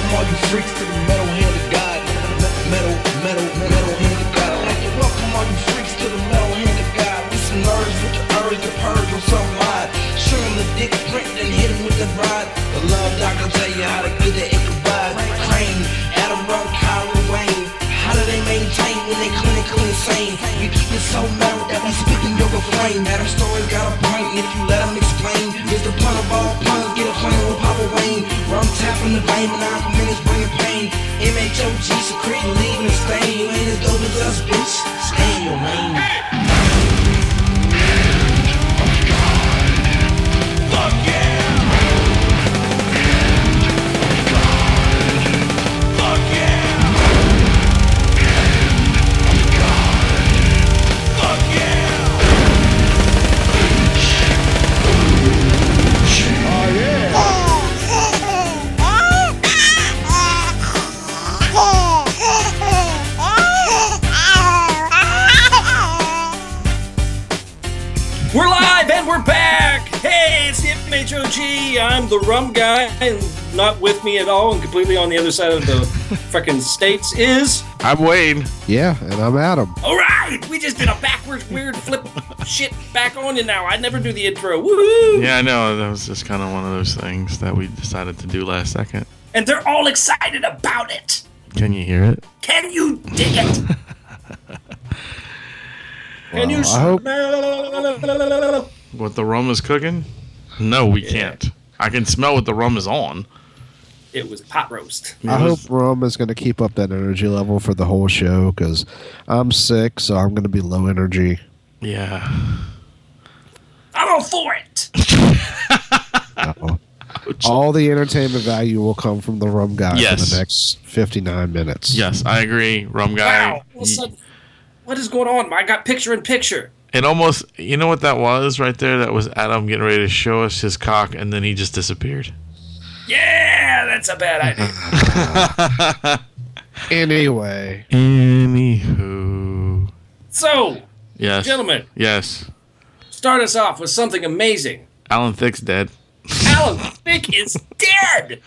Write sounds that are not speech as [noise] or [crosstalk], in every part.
Thanks to the metal hand of God. Metal, metal, metal hand of God. I'd like to welcome all you freaks to the metal hand of God. We some nerds with the urge to purge on some line. Show 'em the dick print and hit 'em with the rod. The love doctor tell you how to get the Ichabod. Crane, Adam Rowe, Kyrie Wayne. How do they maintain when they clinically insane? We keep it so metal that we speak in your refrain. Adam story got a point, and if you let 'em explain, it's the pun of all puns. Get a plan with Papa Wayne. Rum tapping the vein, and I'm minutes bringing pain. MHOG secreting, leaving a stain. You ain't as dope as us, bitch. Stay in your lane. We're live and we're back. Hey, it's the FMHOG. I'm the rum guy, and not with me at all, and completely on the other side of the [laughs] fucking states is. I'm Wayne. Yeah, and I'm Adam. All right, we just did a backwards, weird flip shit back on you now. I never do the intro. Woohoo! Yeah, I know. That was just kind of one of those things that we decided to do last second. And they're all excited about it. Can you hear it? Can you dig it? Can you Well, I hope- smell? What the rum is cooking? No, we can't. I can smell what the rum is on. It was pot roast. I It hope was- Rum is going to keep up that energy level for the whole show because I'm sick, so I'm going to be low energy. Yeah. I'm all for it. [laughs] Uh-oh. All the entertainment value will come from the Rum guy for Yes. the next 59 minutes. Yes, I agree. Rum Wow. guy. All of a y- sudden, what is going on? I got picture in picture. It almost, you know what that was right there? That was Adam getting ready to show us his cock, and then he just disappeared. Yeah, that's a bad idea. Anyway, Anywho. so, Yes. gentlemen, Yes. start us off with something amazing. Alan Thick's dead. Alan Thick is dead.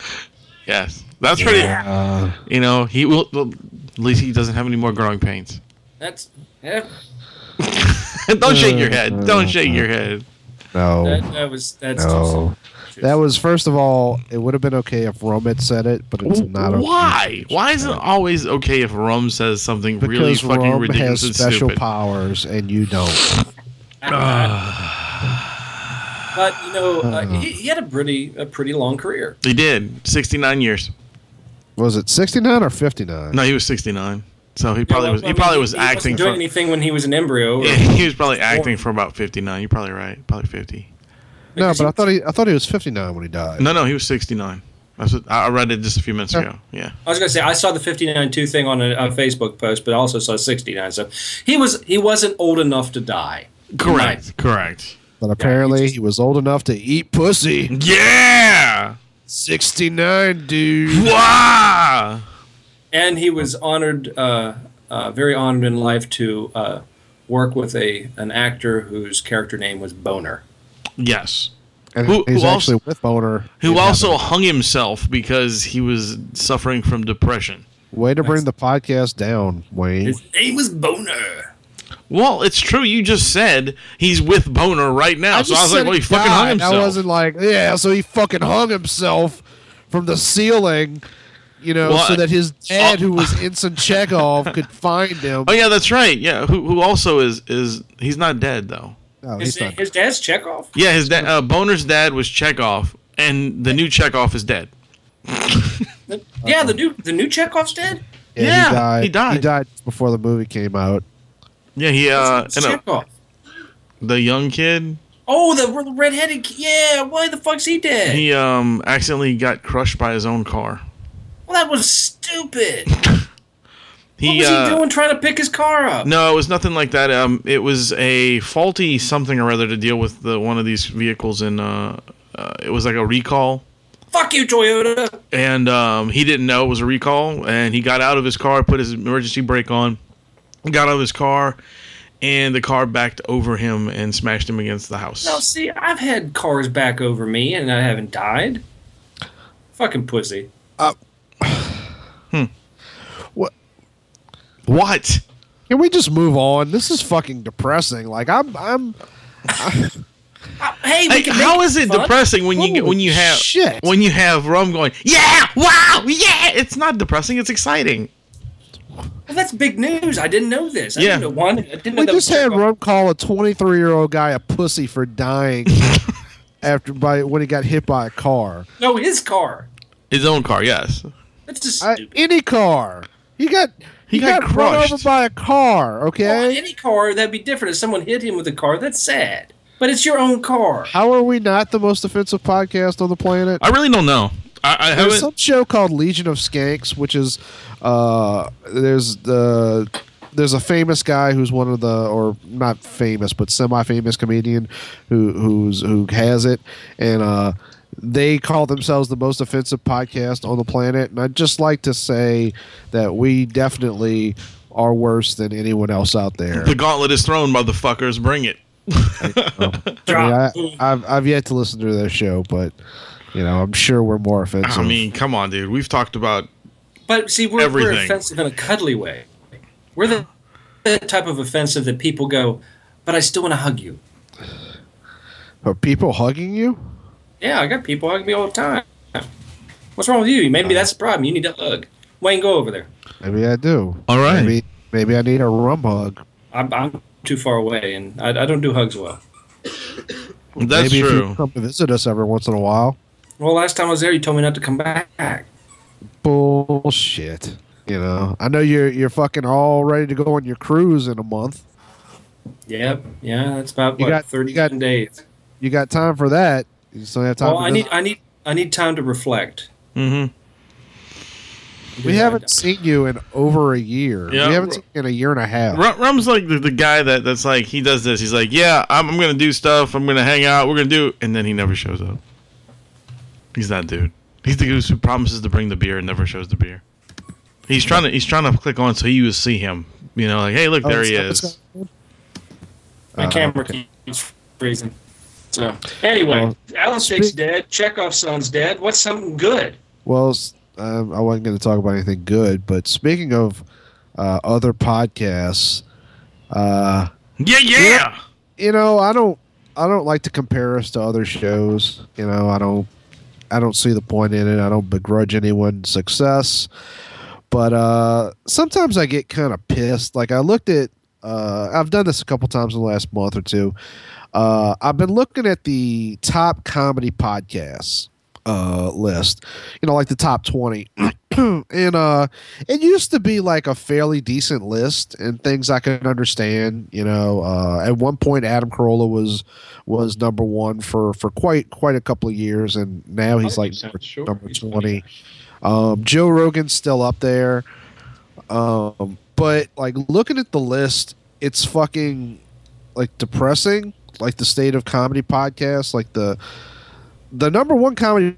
Yes. That's pretty. uh, You know, he will. well, At least he doesn't have any more growing pains. That's yeah, [laughs] Don't shake your Mm-hmm. head. Don't shake your head. that, no, that was that's no. That was, first of all, it would have been okay if Rum had said it, but it's not okay. Why? Why is it always okay if Rum says something really Because fucking Rum ridiculous has and special stupid? powers and you don't. Ah. But you know, Ah. uh, he, he had a pretty a pretty long career. he did. 69 years. Was it 69 or 59? No, he was 69. So he probably Yeah, well, was. I He mean, probably was he acting wasn't doing for. anything when he was an embryo. or- Yeah, he was probably born. acting for about 59. You're probably right. Probably 50. No, because but he- I thought he I thought he was 59 when he died. No, no, he was 69. That's what, I I read it just a few minutes ago. Yeah. I was gonna say I saw the fifty nine two thing on a, a Facebook post, but I also saw sixty nine. So he was he wasn't old enough to die. Correct. Correct. But apparently he was old enough to eat pussy. Yeah. 69, dude. Wow. and he was honored, uh, uh, very honored in life to uh, work with a an actor whose character name was Boner. Yes. And Who- he's who actually also- with Boner. who Yeah, also hung himself because he was suffering from depression. but- Way to bring the podcast down, Wayne. His name was Boner. Well, it's true. You just said he's with Boner right now. so I was like, well, he fucking hung himself. I wasn't like, yeah, so he fucking hung himself from the ceiling, you know, Well, so that his dad, oh. who was Ensign Chekhov, could find him. oh yeah, that's right. Yeah, who who also is is he's not dead though. No, His, he's not. his dad's Chekhov. Yeah, his dad, uh, Boner's dad was Chekhov, and the new Chekhov is dead. Yeah, the new the new Chekhov's dead. yeah, he, died, he died. He died before the movie came out. Yeah, he uh, It's and, uh, Chekhov. the young kid, Oh, the redheaded. ki- Yeah, why the fuck's he dead? he um accidentally got crushed by his own car. well, that was stupid. He, What was uh, he doing trying to pick his car up? No, it was nothing like that. Um, it was a faulty something or other to deal with the one of these vehicles, and uh, uh, it was like a recall. Fuck you, Toyota. And um, he didn't know it was a recall, and he got out of his car, put his emergency brake on, got out of his car, and the car backed over him and smashed him against the house. No, see, I've had cars back over me and I haven't died. Fucking pussy. What? Can we just move on? This is fucking depressing. Like I'm, I'm. Uh, Hey, we Hey, can make how is it fun. depressing when you get when you Holy have shit. when you have rum going? Yeah! Wow! Yeah! It's not depressing. It's exciting. Well, that's big news. I didn't know this. I Yeah. didn't know one. I didn't know We that just was- had Rum call a 23 year old guy a pussy [laughs] for dying after by when he got hit by a car. No, his car. His own car, yes. That's just I, stupid. any car. He got he, got got, run crushed. over by a car. Well, Okay. any car, that'd be different. If someone hit him with a car, that's sad. But it's your own car. How are we not the most offensive podcast on the planet? I really don't know. I, I haven't. There's some show called Legion of Skanks, which is uh, there's the there's a famous guy who's one of the or not famous but semi-famous comedian who who's who has it, and uh, they call themselves the most offensive podcast on the planet. And I'd just like to say that we definitely are worse than anyone else out there. the gauntlet is thrown, motherfuckers. Bring it. I Drop. mean, I, I've I've yet to listen to their show, but you know I'm sure we're more offensive. I mean, come on, dude. We've talked about but see, we're, we're everything. offensive in a cuddly way. We're the, the type of offensive that people go, but I still want to hug you. are people hugging you? Yeah, I got people hugging me all the time. What's wrong with you? Maybe Uh-huh. that's the problem. You need a hug. Wayne, go over there. Maybe I do. All right. Maybe, maybe I need a rum hug. I'm, I'm too far away, and I, I don't do hugs well. that's maybe If true. you come to visit us every once in a while. Well, last time I was there, you told me not to come back. Bullshit. You know, I know you're you're fucking all ready to go on your cruise in a month. Yep. Yeah, that's about You what, got- you 30 got- days. You got time for that? You still have time. Well, for I this? need, I need, I need time to reflect. Mm-hmm. we Yeah, I haven't don't. seen you in over a year. Yeah. we haven't seen you in a year and a half. Rum's like the, the guy that that's like he does this. He's like, yeah, I'm, I'm gonna do stuff. I'm gonna hang out. We're gonna do, and then he never shows up. He's that dude. He's the goose who promises to bring the beer and never shows the beer. He's trying to he's trying to click on so you will see him. You know, like hey, look, Oh, there it's- he it's- is. My Uh, camera keeps freezing. So, anyway, Well, Alan Shake's speak- dead. Chekhov's son's dead. What's something good? Well, s- um, I wasn't going to talk about anything good, but speaking of uh, other podcasts, uh, Yeah, yeah. you know, I don't I don't like to compare us to other shows. You know, I don't I don't see the point in it. I don't begrudge anyone success. But uh sometimes I get kind of pissed. Like I looked at uh I've done this a couple times in the last month or two. Uh I've been looking at the top comedy podcasts uh list. You know, like the top 20. [clears throat] and uh it used to be like a fairly decent list and things I could understand. You know, uh, at one point Adam Carolla was was number one for for quite quite a couple of years, and now he's like number, 100% sure. number He's twenty. Um, Joe Rogan's still up there, um, but like looking at the list, it's fucking like depressing. Like the state of comedy podcasts, like the the number one comedy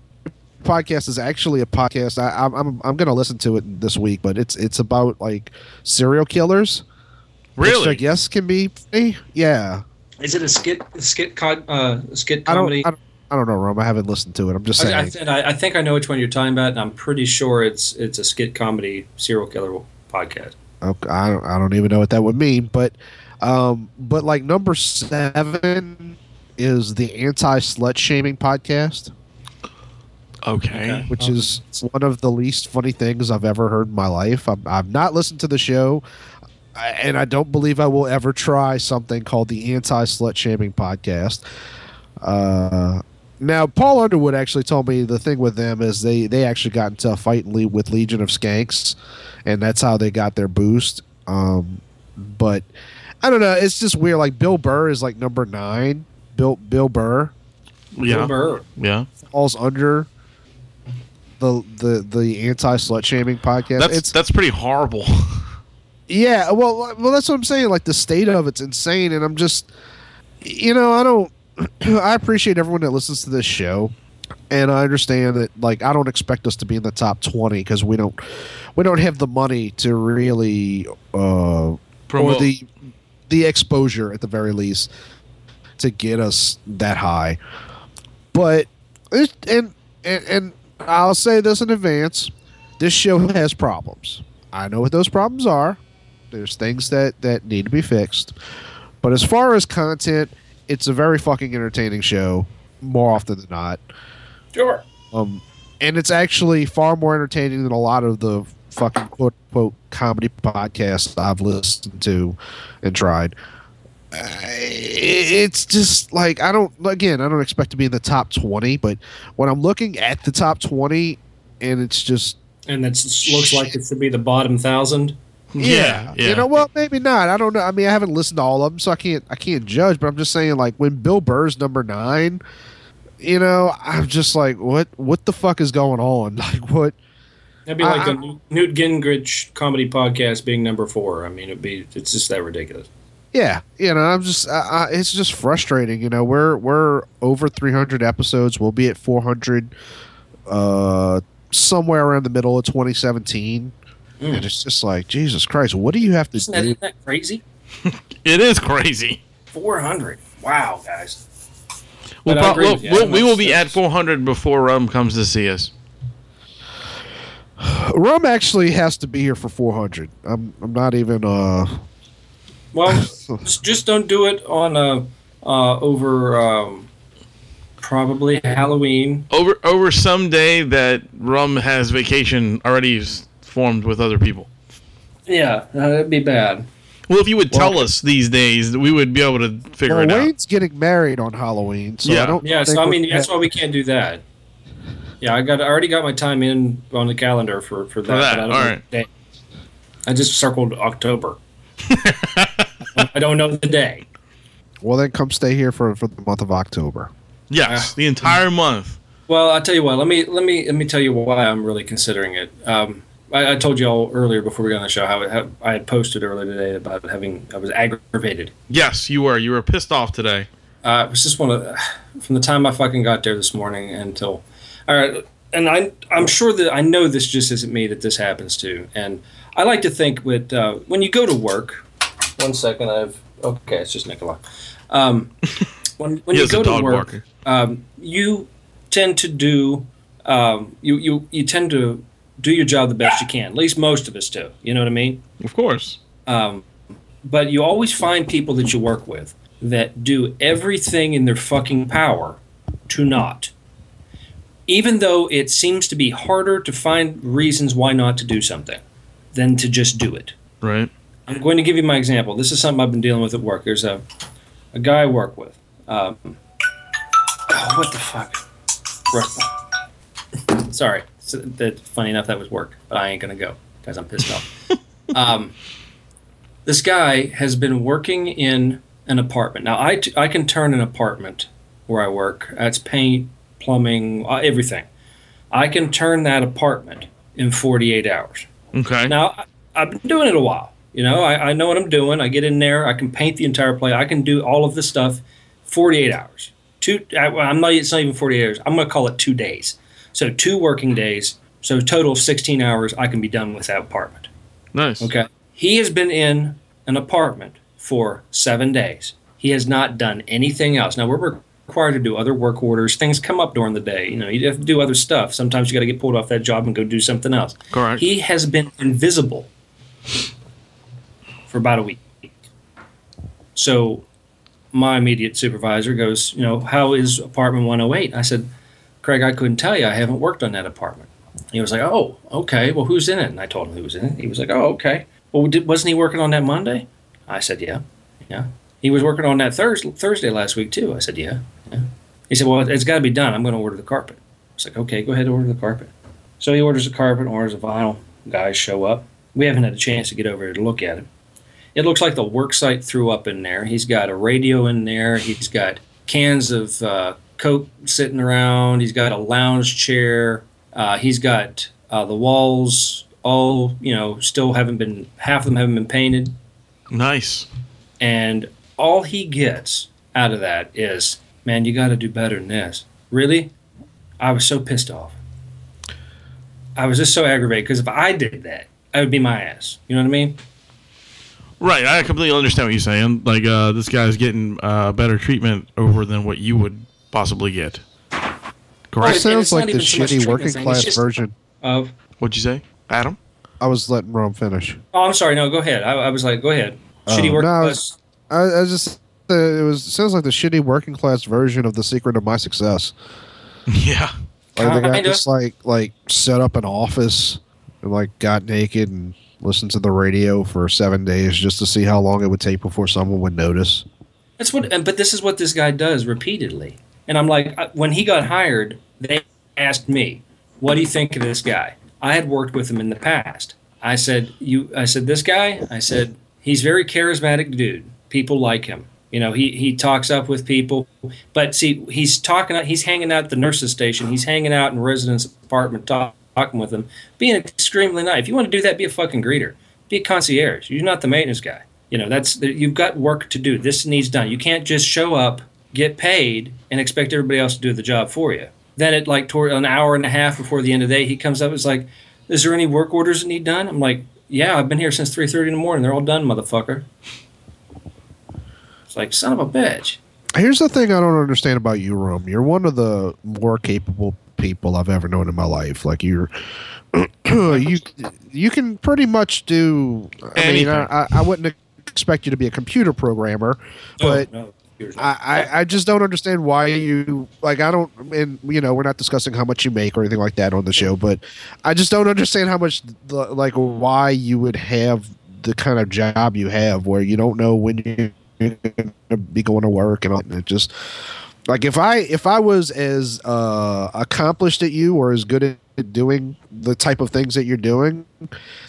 podcast is actually a podcast. I, I'm I'm, I'm going to listen to it this week, but it's it's about like serial killers. Which I Really? guess can be funny. Yeah. Is it a skit, a skit, cod, uh, a skit I don't, comedy? I don't I don't know, Rome. I haven't listened to it. I'm just saying. I, I, and I, I think I know which one you're talking about, and I'm pretty sure it's it's a skit comedy serial killer podcast. Okay, I don't I don't even know what that would mean, but um but like number 7 is the anti slut shaming podcast, Okay. which is one of the least funny things I've ever heard in my life. I'm I've not listened to the show. I- And I don't believe I will ever try something called the anti slut shaming podcast. Uh, now, Paul Underwood actually told me the thing with them is they, they actually got into a fight in Le- with Legion of Skanks, and that's how they got their boost. Um, but I don't know. It's just weird. Like Bill Burr is like number nine. Bill Bill Burr Bill Yeah. Burr. Yeah. falls under the the the anti slut shaming podcast. That's it's that's pretty [laughs] horrible. yeah. Well, well, that's what I'm saying. Like the state of it's insane, and I'm just, you know, I don't. [clears throat] I appreciate everyone that listens to this show, and I understand that. Like, I don't expect us to be in the top twenty because we don't, we don't have the money to really, uh, Promote. or the, the exposure at the very least, to get us that high. But, it, and and and I'll say this in advance this show has problems. I know what those problems are. There's things that that need to be fixed. But as far as content, it's a very fucking entertaining show more often than not. Sure. Um, and it's actually far more entertaining than a lot of the fucking quote quote comedy podcasts I've listened to and tried. I- It's just like I don't again I don't expect to be in the top twenty, but when I'm looking at the top twenty, and it's just And that looks like it should be the bottom thousand. Yeah, yeah. you know what? Maybe not. I don't know. I mean, I haven't listened to all of them, so I can't. I can't judge. But I'm just saying, like when Bill Burr's number nine, you know, I'm just like, what? What the fuck is going on? [laughs] Like, what? That'd be like the I- Newt- Newt Gingrich comedy podcast being number four. I mean, it'd be it's just that ridiculous. Yeah, you know, I'm just. I, I, it's just frustrating. You know, we're we're over 300 episodes. We'll be at 400, uh, somewhere around the middle of 2017. Mm. And it's just like Jesus Christ, what do you have to Isn't that, do? isn't that crazy? It is crazy. Four hundred. Wow, guys. We'll But I prob- agree we'll- with you. we'll- I'm we will be upset. at 400 before Rum comes to see us. Rum actually has to be here for 400. I'm I'm not even uh Well, s- just don't do it on uh, uh, over um, probably Halloween. Over over some day that Rum has vacation already s- formed with other people. Yeah, uh, that'd be bad. Well, if you would tell us these days, we would be able to figure Well, it out. Wayne's getting married on Halloween, so Yeah. I don't. Yeah, think so I we're mean that's gonna- why we can't do that. Yeah, I got I already got my time in on the calendar for for that. that, but I don't all know right. the day. I just circled October. I don't know the day. well, then come stay here for, for the month of October. Ah. Yes, the entire month. Well, I'll tell you what. Let me let me let me tell you why I'm really considering it. Um, I, I told you all earlier before we got on the show how, how I had posted earlier today about having I was aggravated. Yes, you were. You were pissed off today. Uh, it was just one of [sighs] from the time I fucking got there this morning until, all right. And I I'm sure that I know this just isn't me that this happens to. And I like to think with uh, when you go to work. One second, I've okay. It's just Nikolai. Um, when when He you has go a to dog work, barker. um, you tend to do um, you, you you tend to do your job the best you can. At least most of us do. You know what I mean? Of course. Um, but you always find people that you work with that do everything in their fucking power to not. Even though it seems to be harder to find reasons why not to do something than to just do it. Right. I'm going to give you my example. This is something I've been dealing with at work. There's a, a guy I work with. Um, oh, what the fuck? Right. Sorry. So that, funny enough, that was work, but I ain't going to go because I'm pissed off. um, this guy has been working in an apartment. Now, I, t- I can turn an apartment where I work. That's paint, plumbing, uh, everything. I can turn that apartment in 48 hours. Okay. Now, I, I've been doing it a while. You know, I, I know what I'm doing. I get in there. I can paint the entire play. I can do all of this stuff. 48 hours. Two. I, well, I'm not. It's not even 48 hours. I'm going to call it two days. So two working days. So total of 16 hours. I can be done with that apartment. nice. Okay. He has been in an apartment for seven days. He has not done anything else. Now, we're required to do other work orders. Things come up during the day. You know, you have to do other stuff. Sometimes you got to get pulled off that job and go do something else. Correct. He has been invisible for about a week. So my immediate supervisor goes, You know, how is apartment 108? I said, Craig, I couldn't tell you. I haven't worked on that apartment. He was like, "Oh, okay. Well, who's in it?" And I told him who was in it. He was like, "Oh, okay. Well, did, wasn't he working on that Monday?" I said, "Yeah, yeah." He was working on that Thursday, Thursday last week too. I said, "Yeah, yeah." He said, "Well, it's got to be done. I'm going to order the carpet." I was like, "Okay, go ahead and order the carpet." So he orders the carpet, orders the vinyl. Guys show up. We haven't had a chance to get over here to look at it. It looks like the worksite threw up in there. He's got a radio in there. He's got cans of uh, Coke sitting around. He's got a lounge chair. Uh, he's got uh, the walls all, you know, still haven't been, half of them haven't been painted. Nice. And all he gets out of that is, man, you got to do better than this. Really? I was so pissed off. I was just so aggravated because if I did that, I would be my ass. You know what I mean? Right. I completely understand what you're saying. Like, uh, this guy's getting uh, better treatment over than what you would possibly get. Right, That and Correct. it's sounds not like the even so much shitty trigger working thing, it's class just- version. Of What'd you say? Adam? I was letting Rome finish. Oh, I'm sorry. No, go ahead. I, I was like, go ahead. Shitty Oh. work No, plus. I, I just uh, it was it sounds like the shitty working class version of the secret of my success. [laughs] Yeah. Oh, Like the guy Kinda. just like like set up an office and like got naked and listened to the radio for seven days just to see how long it would take before someone would notice. That's what. And, but this is what this guy does repeatedly. And I'm like, I- when he got hired, they asked me, "What do you think of this guy?" I had worked with him in the past. I said, "You." I said, "This guy." I said, "He's very charismatic, dude. People like him. You know, he he talks up with people. But see, he's talking. He's hanging out at the nurses' station. He's hanging out in residents' apartment, talk, talking with them, being extremely nice. If you want to do that, be a fucking greeter. Be a concierge. You're not the maintenance guy. You know, that's you've got work to do. This needs done. You can't just show up, get paid, and expect everybody else to do the job for you. Then at like toward an hour and a half before the end of the day, he comes up. It's like, is there any work orders that need done? I'm like, yeah, I've been here since three thirty in the morning. They're all done, motherfucker. It's like son of a bitch. Here's the thing I don't understand about you, Rome. You're one of the more capable people I've ever known in my life. Like you're [clears throat] you you can pretty much do I Anything. mean I, I, I wouldn't expect you to be a computer programmer, No, but Oh, no, here's- I, I, I just don't understand why you like I don't and you know we're not discussing how much you make or anything like that on the show, but I just don't understand how much the, like why you would have the kind of job you have where you don't know when you- you're gonna be going to work and all and it just like if I if I was as uh, accomplished at you or as good at doing the type of things that you're doing,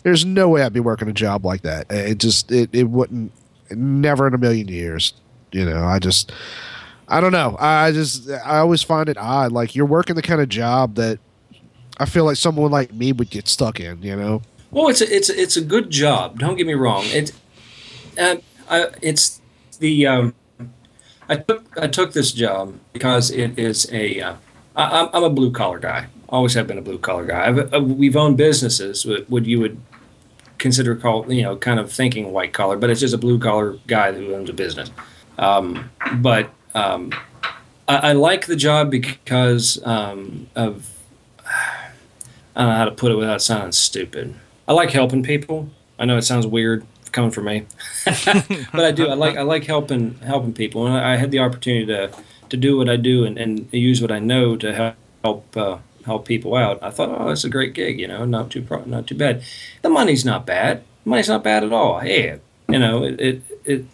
there's no way I'd be working a job like that. It just it, it wouldn't never in a million years. You know, I just I don't know. I just I always find it odd. Like you're working the kind of job that I feel like someone like me would get stuck in. You know, Well, it's a, it's a, it's a good job. Don't get me wrong. It, uh, I, it's the um, I took I took this job because it is a uh, I, I'm- I'm a blue collar guy. Always have been a blue collar guy. I've, uh, we've owned businesses what what you would consider call you know kind of thinking white collar, but it's just a blue collar guy who owns a business. Um, but um, I, I like the job because um, of I don't know how to put it without sounding stupid. I like helping people. I know it sounds weird coming from me, [laughs] but I do. I like I like helping helping people, and I, I had the opportunity to to do what I do and, and use what I know to help help uh, help people out. I thought, oh, that's a great gig, you know, not too pro- not too bad. The money's not bad. The money's not bad at all. Hey, you know, it it, it's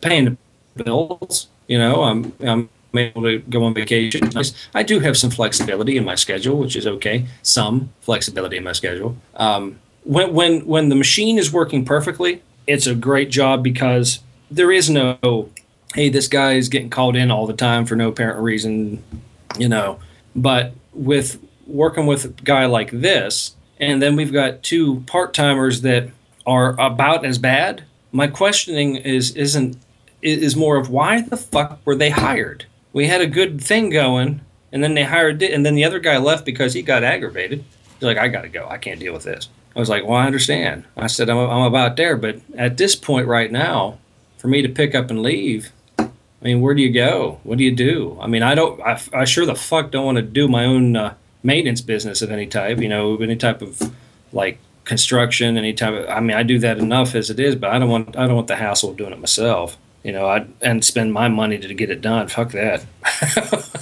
paying the bills. You know, I'm I'm able to go on vacation. I do have some flexibility in my schedule, which is okay. Some flexibility in my schedule. Um, when when when the machine is working perfectly, it's a great job because there is no hey this guy is getting called in all the time for no apparent reason, you know. But with working with a guy like this, and then we've got two part timers that are about as bad. My questioning is isn't i- is more of why the fuck were they hired? We had a good thing going, and then they hired it, and then the other guy left because he got aggravated. He's like, I gotta go. I can't deal with this. I was like, Well, I understand. I said, I'm, I'm about there, but at this point right now, for me to pick up and leave, I mean, where do you go? What do you do? I mean, I don't. I, I sure the fuck don't want to do my own uh, maintenance business of any type. You know, any type of like construction, any type. Of, I mean, I do that enough as it is, but I don't want. I don't want the hassle of doing it myself. You know, I and spend my money to get it done. Fuck that.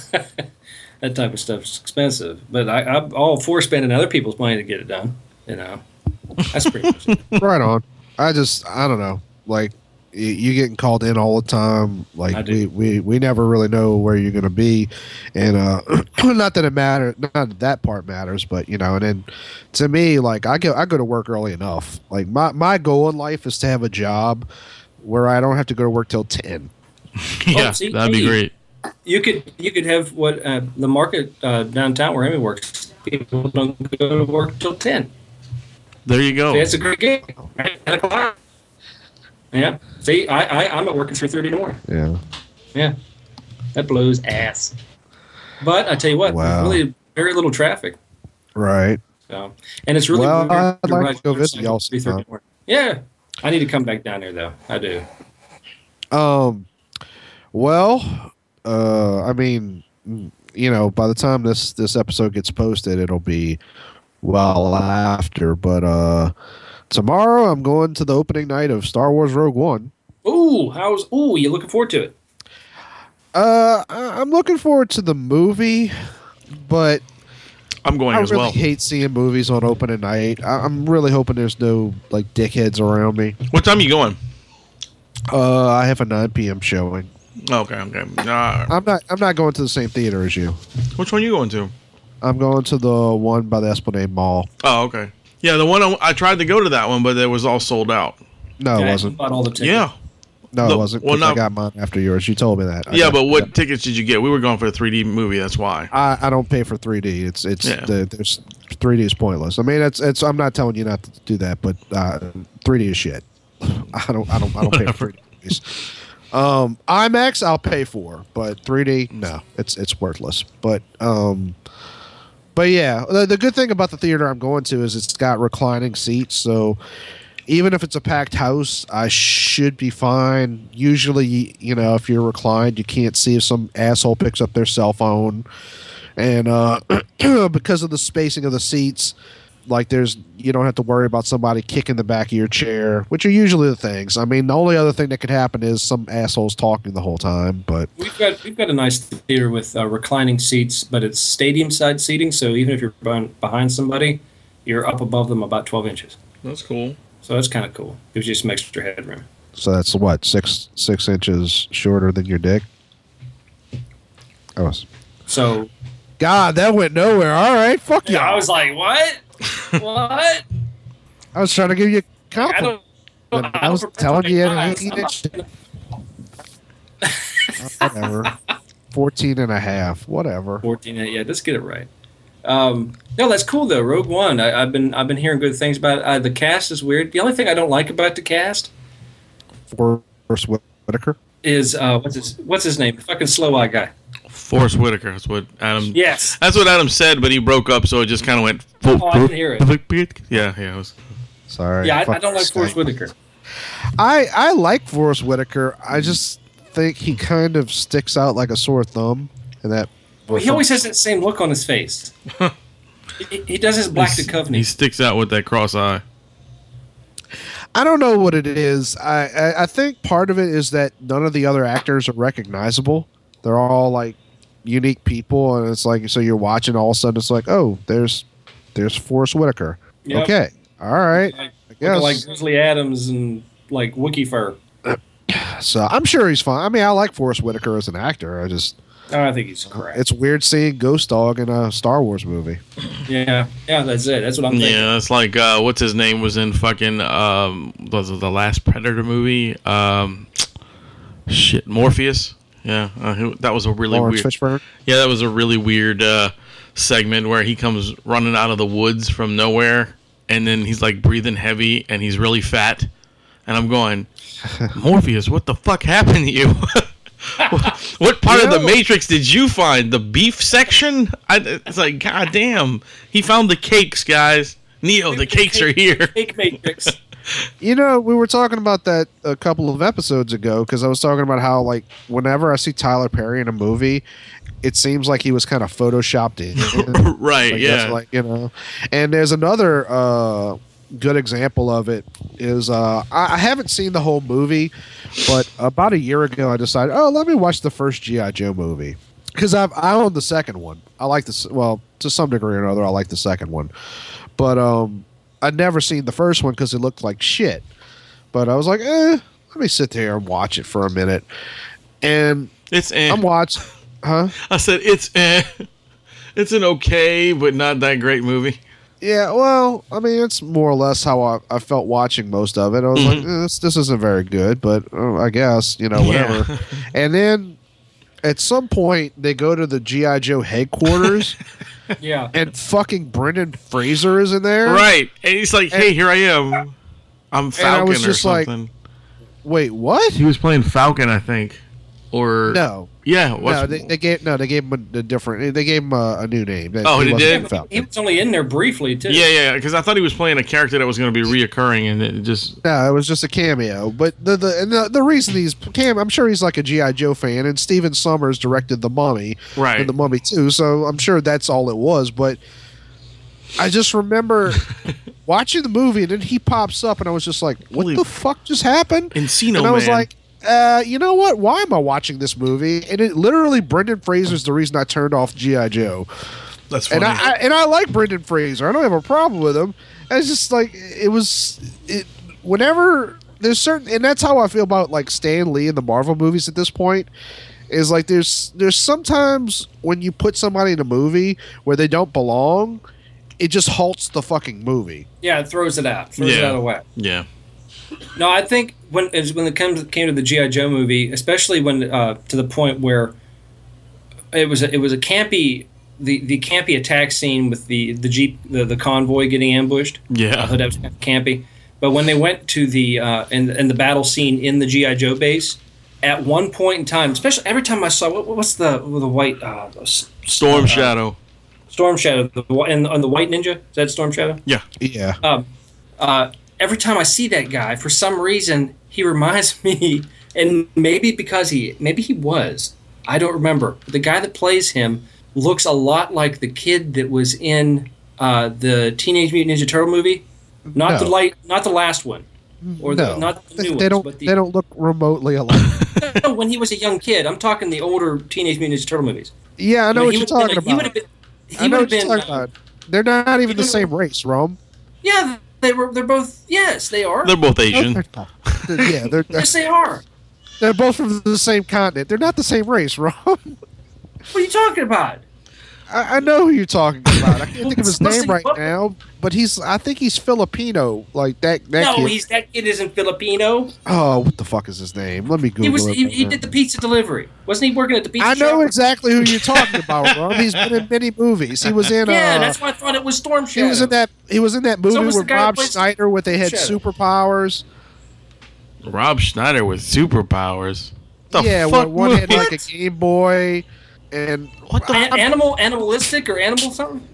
[laughs] that type of stuff's expensive, but I, I'm all for spending other people's money to get it done. You know, that's pretty much it. right on. I just I don't know. Like y- you getting called in all the time. I Like do. we, we we never really know where you're gonna be, and uh, [clears throat] not that it matter. Not that that part matters, but you know. And then to me, like I go I go to work early enough. Like my my goal in life is to have a job where I don't have to go to work till ten. yeah, see, that'd be hey. great. you could you could have what uh, the market uh, downtown where Emmy works. People don't go to work till ten. There you go. See, that's a great game. Right? Ten o'clock. Yeah. See, I, I I'm at work at three thirty in the morning. Yeah. Yeah. That blows ass. But I tell you what, Wow. there's really very little traffic. Right. So, and it's really Well, weird I'd to like ride to go visit motorcycle y'all at 3:30 in the sometime. morning. Yeah. I need to come back down there though. I do. Um, well, uh, I mean, you know, by the time this this episode gets posted, it'll be well after. But uh, tomorrow I'm going to the opening night of Star Wars Rogue One. Ooh, how's ooh? You looking forward to it? Uh, I- I'm looking forward to the movie, but I'm going I as really well. hate seeing movies on opening night. I- I'm really hoping there's no like dickheads around me. what time are you going? Uh, I have a 9 p.m. showing. Okay, okay. Uh, I'm not. I'm not going to the same theater as you. which one are you going to? I'm going to the one by the Esplanade Mall. Oh, okay. Yeah, the one I, I tried to go to that one, but it was all sold out. No, Yeah, it I wasn't. Bought all the tickets. Yeah, No, No, it wasn't. well, 'cause I not- got mine after yours. You told me that. I yeah, got- but what tickets did you get? We were going for the 3D movie. That's why. I, I don't pay for 3D. It's it's Yeah. the, there's 3D is pointless. I mean, it's it's. I'm not telling you not to do that, but uh, 3D is shit. [laughs] I don't I don't I don't pay for 3D. movies. Um, IMAX I'll pay for, but 3D no, it's it's worthless. But um, but yeah, the, the good thing about the theater I'm going to is it's got reclining seats, so even if it's a packed house, I should be fine. Usually, you know, if you're reclined, you can't see if some asshole picks up their cell phone. And uh, [clears throat] because of the spacing of the seats, like there's you don't have to worry about somebody kicking the back of your chair, which are usually the things. I mean, the only other thing that could happen is some assholes talking the whole time, but We've got we've got a nice theater with uh, reclining seats, but it's stadium side seating. So even if you're behind behind somebody, you're up above them about twelve inches. That's cool. So that's kind of cool. Gives you some extra headroom. So that's what six six inches shorter than your dick. I was. So God, that went nowhere. All right, fuck you. yeah, I was like, [laughs] what? what? I was trying to give you a I compliment. don't. But I was telling you, he did- [laughs] whatever. 14 and a half, whatever. 14 yeah let's get it right um, no that's cool though rogue one I, i've been i've been hearing good things about it uh, the cast is weird the only thing i don't like about the cast Forrest Whit- Whitaker. is uh, what's his what's his name fucking slow eye guy Forrest Whitaker. That's what Adam. yes That's what Adam said, but he broke up, so it just kind of went. Oh, I didn't hear it. Yeah, yeah. It was, Sorry. yeah i, I fucking don't like forrest stank. whitaker I, I like Forrest Whitaker. I just think he kind of sticks out like a sore thumb. And that. he always has that same look on his [laughs] face he, he does his black he's- Duchovny. He sticks out with that cross eye. I don't know what it is. I, I, I think part of it is that none of the other actors are recognizable. They're all like unique people, and it's like so you're watching. All of a sudden, it's like, oh, there's there's Forrest Whitaker. Yep. Okay, all right. Like- I Looking guess. like grizzly adams and like wookie fur so I'm sure he's fine. I mean, I like Forrest Whitaker as an actor. I just Oh, i think he's crap it's weird seeing Ghost Dog in a Star Wars movie. yeah yeah that's it that's what i'm thinking Yeah, that's like uh, what's his name was in fucking um, was it the last Predator movie? Um, shit, Morpheus. Yeah, uh, who- that was a really Lawrence weird. Fishburne. Yeah, that was a really weird uh, segment where he comes running out of the woods from nowhere, and then he's like breathing heavy, and he's really fat, and I'm [laughs] going, Morpheus, what the fuck happened to you? [laughs] what part of the know- Matrix did you find? The beef section? I, it's like, god damn, he found the cakes, guys. Neo, the cakes are here. [laughs] Cake matrix You know, we were talking about that a couple of episodes ago because I was talking about how, like, whenever I see Tyler Perry in a movie, it seems like he was kind of photoshopped in. right? Like, that's yeah. like you know. And there's another uh, good example of it is uh, I, I haven't seen the whole movie, but about a year ago I decided, oh, let me watch the first GI Joe movie because I've I own the second one. I like this. Well, to some degree or another, I like the second one, but um, I'd never seen the first one because it looked like shit. But I was like, eh, let me sit there and watch it for a minute, and it's eh. I'm watching. Huh? I said it's eh. [laughs] it's an okay but not that great movie. Yeah, well, I mean, it's more or less how I, I felt watching most of it. I was like, eh, this, this isn't very good, but uh, I guess, you know, Mm-hmm. Yeah. whatever. [laughs] and then at some point, they go to the G.I. Joe [laughs] headquarters, yeah and fucking Brendan Fraser is in there. Right. And he's like, hey, here I am. I'm Falcon I was just or like- something. Wait, what? was playing Falcon, I think. Or No. Yeah. No what's- they, they gave no, they gave him a, a different. They gave him a, a new name. Oh, they did? wasn't the he Falcon. was only in there briefly too yeah, yeah. Because I thought he was playing a character that was going to be reoccurring, and it just No, it was just a cameo. But the the and the, the reason he's cam, I'm sure he's like a GI Joe fan, and Steven Summers directed The Mummy, Right. and The Mummy too. So I'm sure that's all it was. But I [laughs] just remember watching the movie, and then he pops up, and I was just like, "What Holy- the fuck just happened?" Encino and I was Man. like, uh, "You know what? Why am I watching this movie?" And it literally, Brendan Fraser's the reason I turned off GI Joe. That's funny. And I, I and I like Brendan Fraser. I don't have a problem with him. And It's just like it was. It whenever there's certain, and that's how I feel about like Stan Lee and the Marvel movies at this point. Is like there's there's sometimes when you put somebody in a movie where they don't belong, it just halts the fucking movie. Yeah, it throws it out, throws it Yeah. out of the way. yeah. No, I think when is when it comes came to the GI Joe movie, especially when uh, to the point where it was a, it was a campy the, the campy attack scene with the the jeep the, the convoy getting ambushed. I Yeah. thought that was kind of campy. But when they went to the uh, and and the battle scene in the GI Joe base, at one point in time, especially every time I saw what, what's the the white uh, s- [laughs] Storm Shadow. Storm Shadow the whi- and on the white ninja is that Storm Shadow? Yeah. Yeah, uh, every time I see that guy, for some reason, he reminds [laughs] me, and maybe because he, maybe he was, I don't remember. The guy that plays him looks a lot like the kid that was in uh, the Teenage Mutant Ninja Turtle movie, not the No. light, not the last one, or the, no, not the they, new they ones, don't but the, they don't look [laughs] remotely alike. no, [laughs] when he was a young kid. I'm talking the older Teenage Mutant Ninja Turtle movies. yeah, I know what he you're would've talking been a- He would about. have been. He I know would've what you're been, talking uh, about. They're not even the would've- same race, Rome. Yeah, they were. They're both. Yes, they are. They're both No, Asian. they're not. [laughs] yeah, they're, they're yes, they are. They're both from the same continent. They're not the same race, [laughs] Ron. What are you talking about? I, I know who you're talking about. I can't think [laughs] of his Must name he- right now, but he's. I think he's Filipino. Like that. that No, kid. he's that kid isn't Filipino. oh, what the fuck is his name? Let me Google He was it. he, he did the pizza delivery. Wasn't he working at the pizza? I know shop? exactly who you're [laughs] talking about, Ron. He's been in many movies. He was in. Yeah, uh, that's why I thought it was Storm he Shadow. was in that. He was in that movie was the with guy who Rob plays- Schneider, where they had Shadow. superpowers. Rob Schneider with superpowers. The yeah, fuck where one had movie? like a Game Boy, and What the? An- animal animalistic or animal something?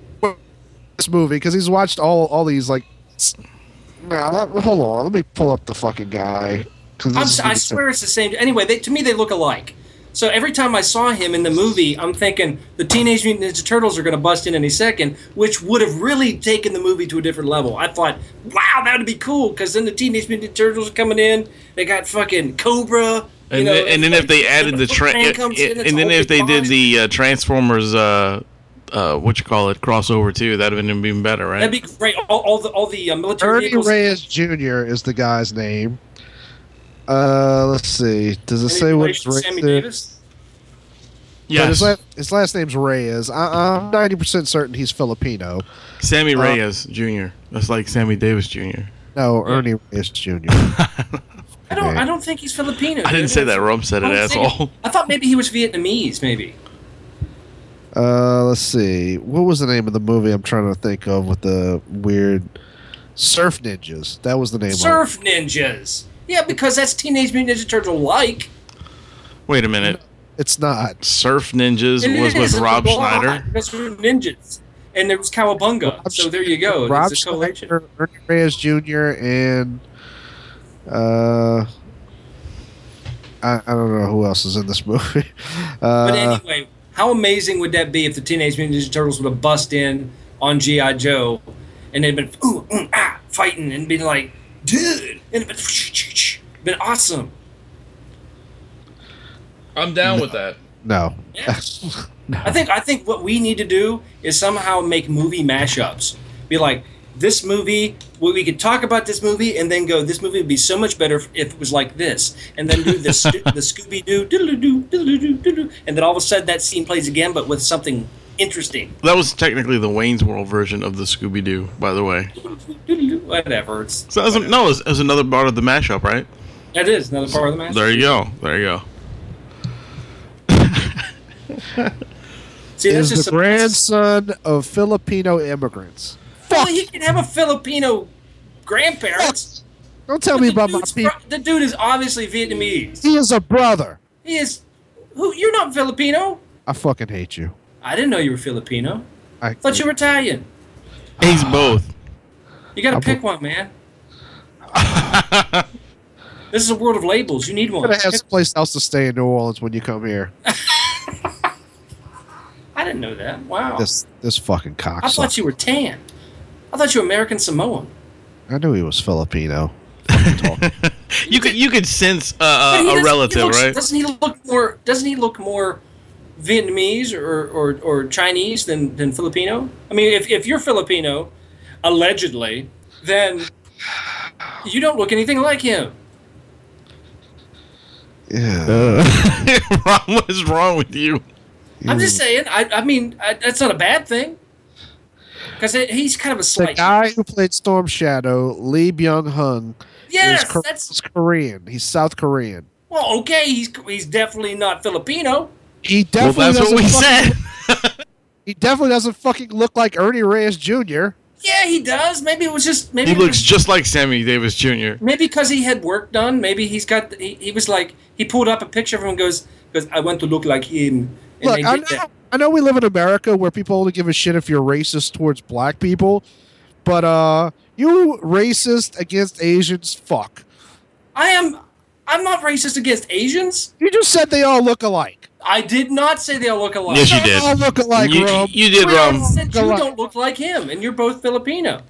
this movie because he's watched all all these like. s- Nah, let- hold on, let me pull up the fucking guy. 'cause I'm, this is si gonna be- swear it's the same. Anyway, they, to me they look alike. So every time I saw him in the movie, I'm thinking the Teenage Mutant Ninja Turtles are going to bust in any second, which would have really taken the movie to a different level. I thought, wow, that would be cool because then the Teenage Mutant Ninja Turtles are coming in. They got fucking Cobra. you And, know, then, and then if they added the tra- Wolfman and, comes in, it's and then all if they big did boss. the uh, Transformers, uh, uh, what you call it, crossover too, that'd have been even better, right? That'd be great. All, all the all the uh, military Ernie vehicles. Reyes Jr. is the guy's name. Uh, let's see. Does it Any say what his relation to Sammy race is? Davis? But yes, his, last, his last name's Reyes. I, I'm 90% certain he's Filipino. Sammy Reyes Jr. That's like Sammy Davis Jr. No, Ernie Reyes Jr. I don't. I don't think he's Filipino. I didn't say that. Rome said it, asshole. I thought maybe he was Vietnamese. Maybe. Uh, let's see. What was the name of the movie I'm trying to think of with the weird surf ninjas? That was the name. of it. Surf ninjas. Yeah, because that's Teenage Mutant Ninja Turtle like. [laughs] Wait a minute. It's not. Surf Ninjas It was with is, Rob it's a lot, Schneider. Because we're ninjas, and there was Cowabunga. so there you go. Rob It's a collection. Schneider, Ernie Reyes Jr., and uh, I, I don't know who else is in this [laughs] movie. But Uh, anyway, how amazing would that be if the Teenage Mutant Ninja Turtles would have bust in on GI Joe, and they'd been ooh mm, ah fighting and been like, dude, and it'd been, [laughs] been awesome. I'm down with that. no, [laughs] Yeah. I think I think what we need to do is somehow make movie mashups. Be like this movie. We we could talk about this movie and then go. This movie would be so much better if it was like this, and then [laughs] do this the Scooby Doo diddle doo diddle doo diddle, and then all of a sudden that scene plays again, but with something interesting. That was technically the Wayne's World version of the Scooby Doo, by the way. Diddle-doo, Whatever. It's So that was, no, it was, it was another part of the mashup, right? that is another part of the mashup. There you go. There you go. See, that's is just the some- grandson of Filipino immigrants. Well, he can have a Filipino grandparents. Don't tell but me the about my dude's people. fr- The dude is obviously Vietnamese. He is a brother. He is. Who? You're not Filipino. I fucking hate you. I didn't know you were Filipino. I thought you were Italian. He's Ah. both. You gotta I'm- pick one, man. this is a world of labels. You need one. gonna have someplace else to stay in New Orleans when you come here. I didn't know that. Wow. This this fucking cocksucker. I thought you were tan. I thought you were American Samoan. I knew he was Filipino. You could you could sense uh, But [laughs] he doesn't- uh, a he relative, looks- [laughs] right? Doesn't he look more? Doesn't he look more Vietnamese or or, or Chinese than, than Filipino? I mean, if, if you're Filipino, allegedly, then you don't look anything like him. Yeah. Ron, what is wrong with you? I'm Mm. just saying. I, I mean, I, that's not a bad thing because he's kind of a The slight. guy who played Storm Shadow, Lee Byung Hun, yes, is, Kor- that's is Korean. He's South Korean. well, okay. He's he's definitely not Filipino. He Well, definitely that's doesn't what we fucking- [laughs] said. He definitely doesn't fucking look like Ernie Reyes Jr. Yeah, he does. Maybe it was just maybe He it was looks just like Sammy Davis Jr. maybe because he had work done maybe he's got he, he was like he pulled up a picture of him and goes goes i want to look like him and Look, they I did know, that. I know we live in America where people only give a shit if you're racist towards black people, but uh, you racist against Asians, fuck. i am i'm not racist against asians You just said they all look alike. i did not say they all look alike Yes, you they did. all look alike, you, Rob. you did um, But I wrong. said you Go on. don't look like him and you're both filipino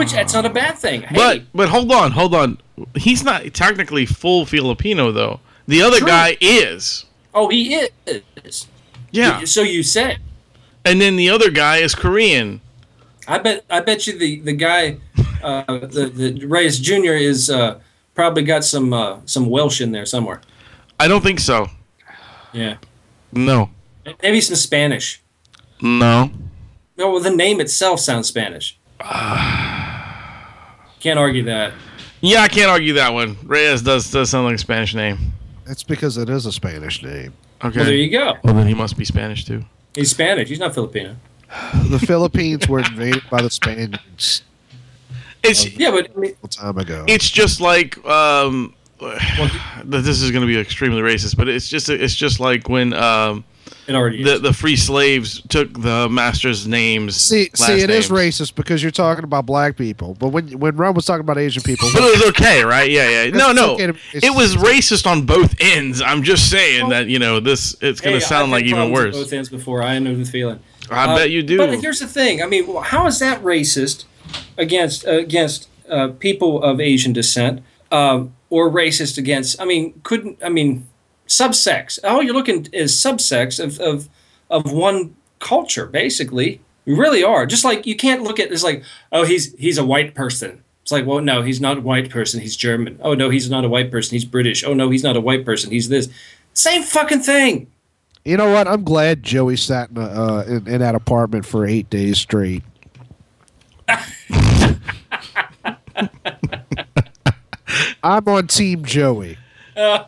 which that's [sighs] not a bad thing hey, But but hold on, hold on. He's not technically full Filipino though. The other True. guy is. oh he is Yeah. so you said And then the other guy is Korean. i bet i bet you the the guy uh the, the reyes jr is uh probably got some uh some welsh in there somewhere I don't think so. yeah No. maybe some spanish No. No, well, the name itself sounds Spanish. [sighs] Can't argue that. Yeah, I can't argue that one. Reyes does does sound like a Spanish name. That's because it is a Spanish [laughs] name. Okay. Well, there you go. Well, then he must be Spanish too. He's Spanish. He's not Filipino. The Philippines were invaded by the Spaniards It's Yeah, but I mean, a long time ago. it's just like um, [sighs] th- this is going to be extremely racist, but it's just it's just like when um, it already the is. the free slaves took the masters' names. See, last see, it is names. racist because you're talking about black people. But when when Ron was talking about Asian people, But it was okay, right? Yeah, yeah. No, It's no. okay to- It was racist on both ends. I'm just saying that you know this. It's going Hey, to sound I've like had even problems with worse. Both ends before. I know the feeling. I Uh, bet you do. But here's the thing. I mean, well, how is that racist against against uh, people of Asian descent, um, or racist against? I mean, couldn't I mean, subsex? All you're looking is subsex of of of one culture, basically. You really are. Just like you can't look at it's like, oh, he's he's a white person. It's like, well, no, he's not a white person. He's German. Oh no, he's not a white person. He's British. Oh no, he's not a white person. He's this. Same fucking thing. you know what? I'm glad Joey sat in, a, uh, in, in that apartment for eight days straight. [laughs] I'm on Team Joey. Whoa.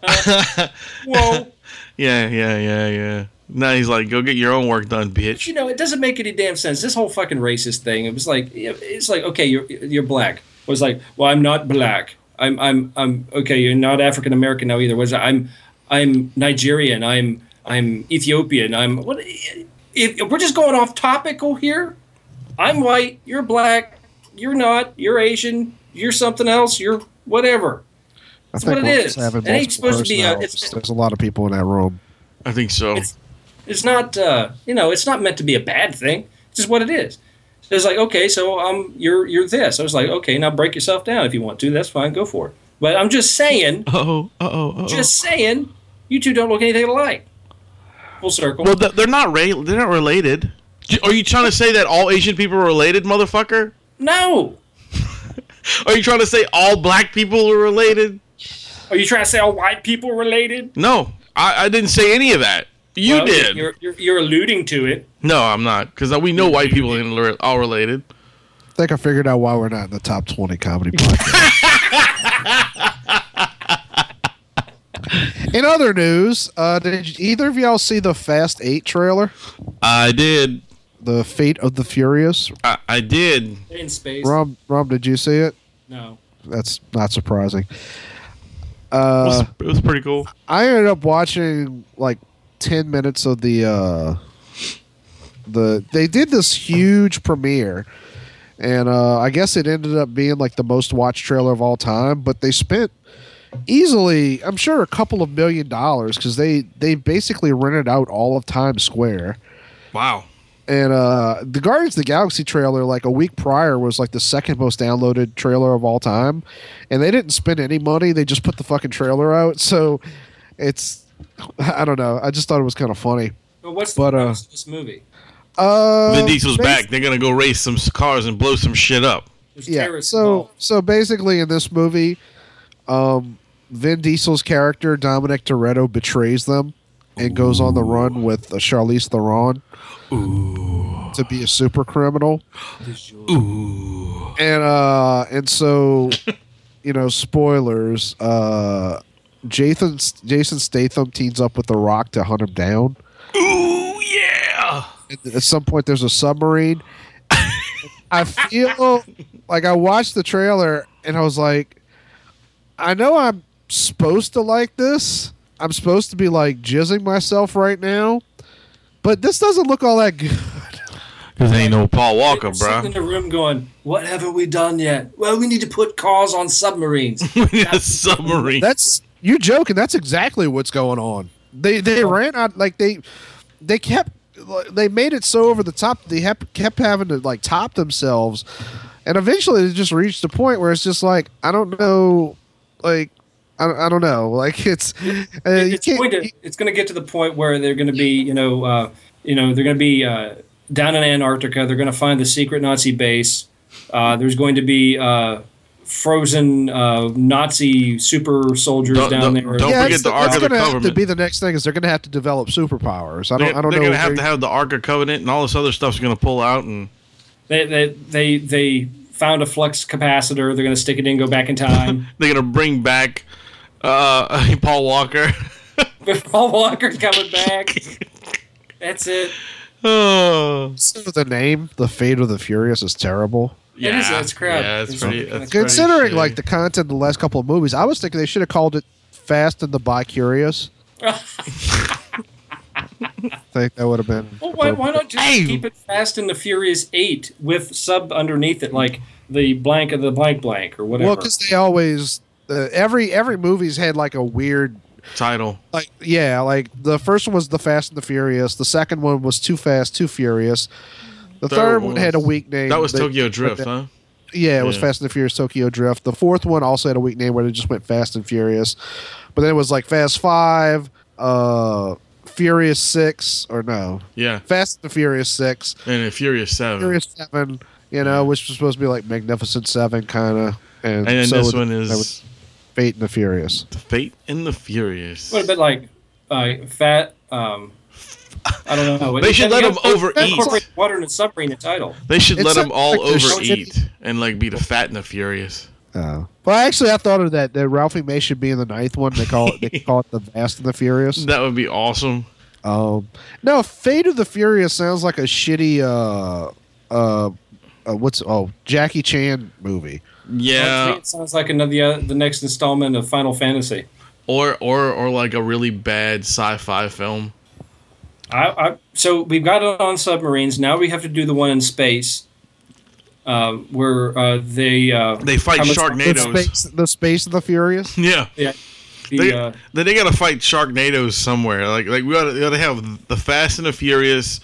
yeah, yeah, yeah, yeah. Now he's like, go get your own work done, bitch. you know, it doesn't make any damn sense. This whole fucking racist thing. It was like, it's like, okay, you're you're black. It was like, well, I'm not black. I'm I'm I'm okay. You're not African American now either. Was I'm I'm Nigerian. I'm I'm Ethiopian. I'm what? If, if we're just going off topical here, I'm white. You're black. You're not. You're Asian. You're something else. You're whatever. That's what it is. It ain't supposed to be a- it's- There's a lot of people in that room. I think so. It's not, uh, you know, it's not meant to be a bad thing. It's just what it is. So it's like, okay, so um, you're you're this. I was like, okay, now break yourself down if you want to. That's fine, go for it. But I'm just saying, Oh, oh, oh. just saying, you two don't look anything alike. Full circle. Well, th- they're not ra- they're not related. J- Are you trying to say that all Asian people are related, motherfucker? no. Are you trying to say all black people are related? Are you trying to say all white people related? No, I, I didn't say any of that. You Well, did. You're, you're, you're alluding to it. No, I'm not, because we know white people ain't re- all related. I think I figured out why we're not in the top 20 comedy podcast. [laughs] in other news, uh, did either of y'all see the Fast 8 trailer? I did. The Fate of the Furious? I, I did. In space. Rom, Rom, did you see it? No. That's not surprising. Uh, It was, it was pretty cool. I ended up watching like ten minutes of the uh the they did this huge premiere and uh I guess it ended up being like the most watched trailer of all time, but they spent easily I'm sure a couple of million dollars because they they basically rented out all of Times Square Wow. And uh, the Guardians of the Galaxy trailer, like a week prior, was like the second most downloaded trailer of all time. And they didn't spend any money; they just put the fucking trailer out. So it's, I don't know. I just thought it was kind of funny. But what's But, the uh, premise of this movie? Uh, Vin Diesel's basi- back. They're gonna go race some cars and blow some shit up. There's Yeah. terrorists So involved. so basically, in this movie, um, Vin Diesel's character Dominic Toretto betrays them and goes on the run with uh, Charlize Theron to be a super criminal. And uh, and so, you know, spoilers. Uh, Jason Jason Statham teams up with The Rock to hunt him down. Ooh yeah! at some point there's a submarine. I feel like I watched the trailer and I was like, I know I'm supposed to like this. I'm supposed to be like jizzing myself right now, but this doesn't look all that good. Cause ain't no Paul Walker, Sitting in [laughs] bro. the room going, what haven't we done yet? Well, we need to put cars on submarines. a submarine. That's you joking. That's exactly what's going on. They they ran out like they they kept they made it so over the top. They hep- kept having to like top themselves, and eventually it just reached a point where it's just like I don't know, like I, don't- I don't know, [laughs] like it's uh, you it's can't- going to it's going to get to the point where they're going to be you know uh, you know they're going to be uh, down in Antarctica. They're going to find the secret Nazi base. Uh, there's going to be uh, frozen uh, Nazi super soldiers Don't- down don't- there. don't yeah, forget it's the Ark that's of the gonna have to Covenant. be the next thing is they're going to have to develop superpowers. I don't They're, I don't they're know. gonna have where- to have the Ark of Covenant and all this other stuff's gonna pull out and They, they they they found a flux capacitor. They're going to stick it in, go back in [laughs] time. [laughs] they're gonna bring back uh [laughs] Paul Walker. Paul Walker's coming back. That's it. oh the name, the fate of the furious is terrible. It is- it's crap. Yeah, it's It's pretty. fucking That's pretty Considering shitty. like the content of the last couple of movies, I was thinking they should have called it Fast and the Bi Curious. I think that would have been. Well, why, why not just Hey. keep it Fast and the Furious Eight with sub underneath it, like the blank of the blank blank or whatever. Well, because they always uh, every every movie's had like a weird title. like yeah like the first one was the Fast and the Furious, the second one was Too Fast, Too Furious. The Third third, one was- had a weak name. That was They- Tokyo Drift, huh? Yeah, it was Yeah. Fast and the Furious Tokyo Drift. The fourth one also had a weak name where they just went Fast and Furious. But then it was like Fast Five, uh Furious Six, or no. Yeah, Fast and the Furious Six, and then Furious Seven. Furious Seven, you know, which was supposed to be like Magnificent Seven kinda. And, and then so this it- one that was is Fate and the Furious. Fate and the Furious. What a bit like uh, fat. Um, I don't know. They should let Yeah, them yeah, overeat. Incorporate water in a submarine. The title. They should It let them sounds all like they should- overeat and like be the Fat and the Furious. Oh. Well actually I thought of that that Ralphie May should be in the ninth one. They call [laughs] it they call it the Fast and the Furious. That would be awesome. Um, no, Fate of the Furious sounds like a shitty uh, uh, uh what's oh Jackie Chan movie. Honestly, Yeah, it sounds like another the, uh, the next installment of Final Fantasy. or or or like a really bad sci-fi film. I, I so we've got it on submarines. Now we have to do the one in space, um, where uh, they uh, They fight Thomas- The sharknadoes. space, the space of the Furious. [laughs] Yeah, Yeah, the, they, uh, they, they gotta fight sharknadoes somewhere. Like like we gotta, we gotta have the Fast and the Furious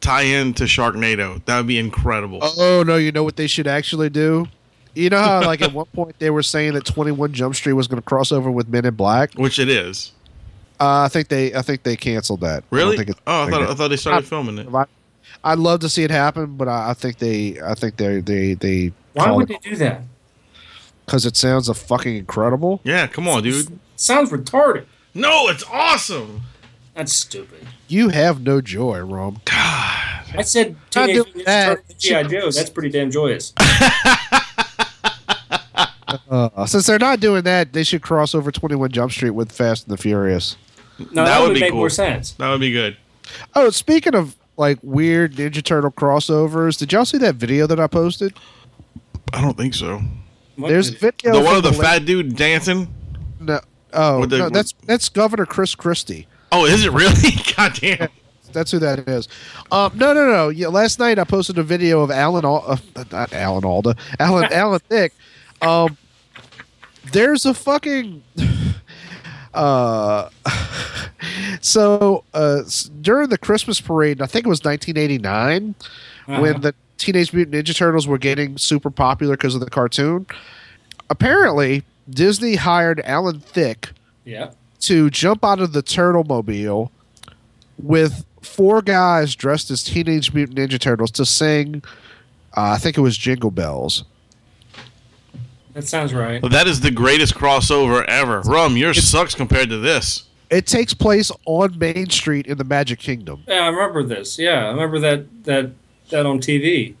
tie-in to Sharknado. That would be incredible. [laughs] Oh no, you know what they should actually do. You know how like at [laughs] one point they were saying that Twenty One Jump Street was going to cross over with Men in Black. Which it is. Uh, I think they I think they canceled that. Really? I don't think it's- oh, I thought, I think thought they started filming it. it- I- I'd love to see it happen, but I, I think they I think they they they why would they do that? because it sounds a fucking incredible. Yeah, come on, dude. Sounds retarded. No, it's awesome. That's stupid. You have no joy, Rom. I said Not Teenage doing Mutant that. Turtles and G.I. Joe. That's pretty damn joyous. Uh, since they're not doing that, they should cross over 21 Jump Street with Fast and the Furious. No, that, would, make more sense. That would be good. Oh, speaking of like weird Ninja Turtle crossovers, did y'all see that video that I posted? I don't think so. What There's a the- video. the one from of the late- fat dude dancing. No, oh, With the- no, that's that's Governor Chris Christie. Oh, is it really? [laughs] God damn. That's who that is. Um, no, no, no. Yeah, last night I posted a video of Alan, Al- uh, not Alan Alda, Alan Alan Thick. Um, [laughs] there's a fucking. Uh, [laughs] So uh, s- during the Christmas parade, I think it was 1989, Uh-huh. when the Teenage Mutant Ninja Turtles were getting super popular because of the cartoon. Apparently, Disney hired Alan Thicke Yeah. to jump out of the turtle mobile with four guys dressed as teenage mutant ninja turtles to sing uh, i think it was jingle bells That sounds right. That is the greatest crossover ever. Rum, yours sucks compared to this. it takes place on main street in the magic kingdom Yeah, I remember this. Yeah, I remember that that that on TV.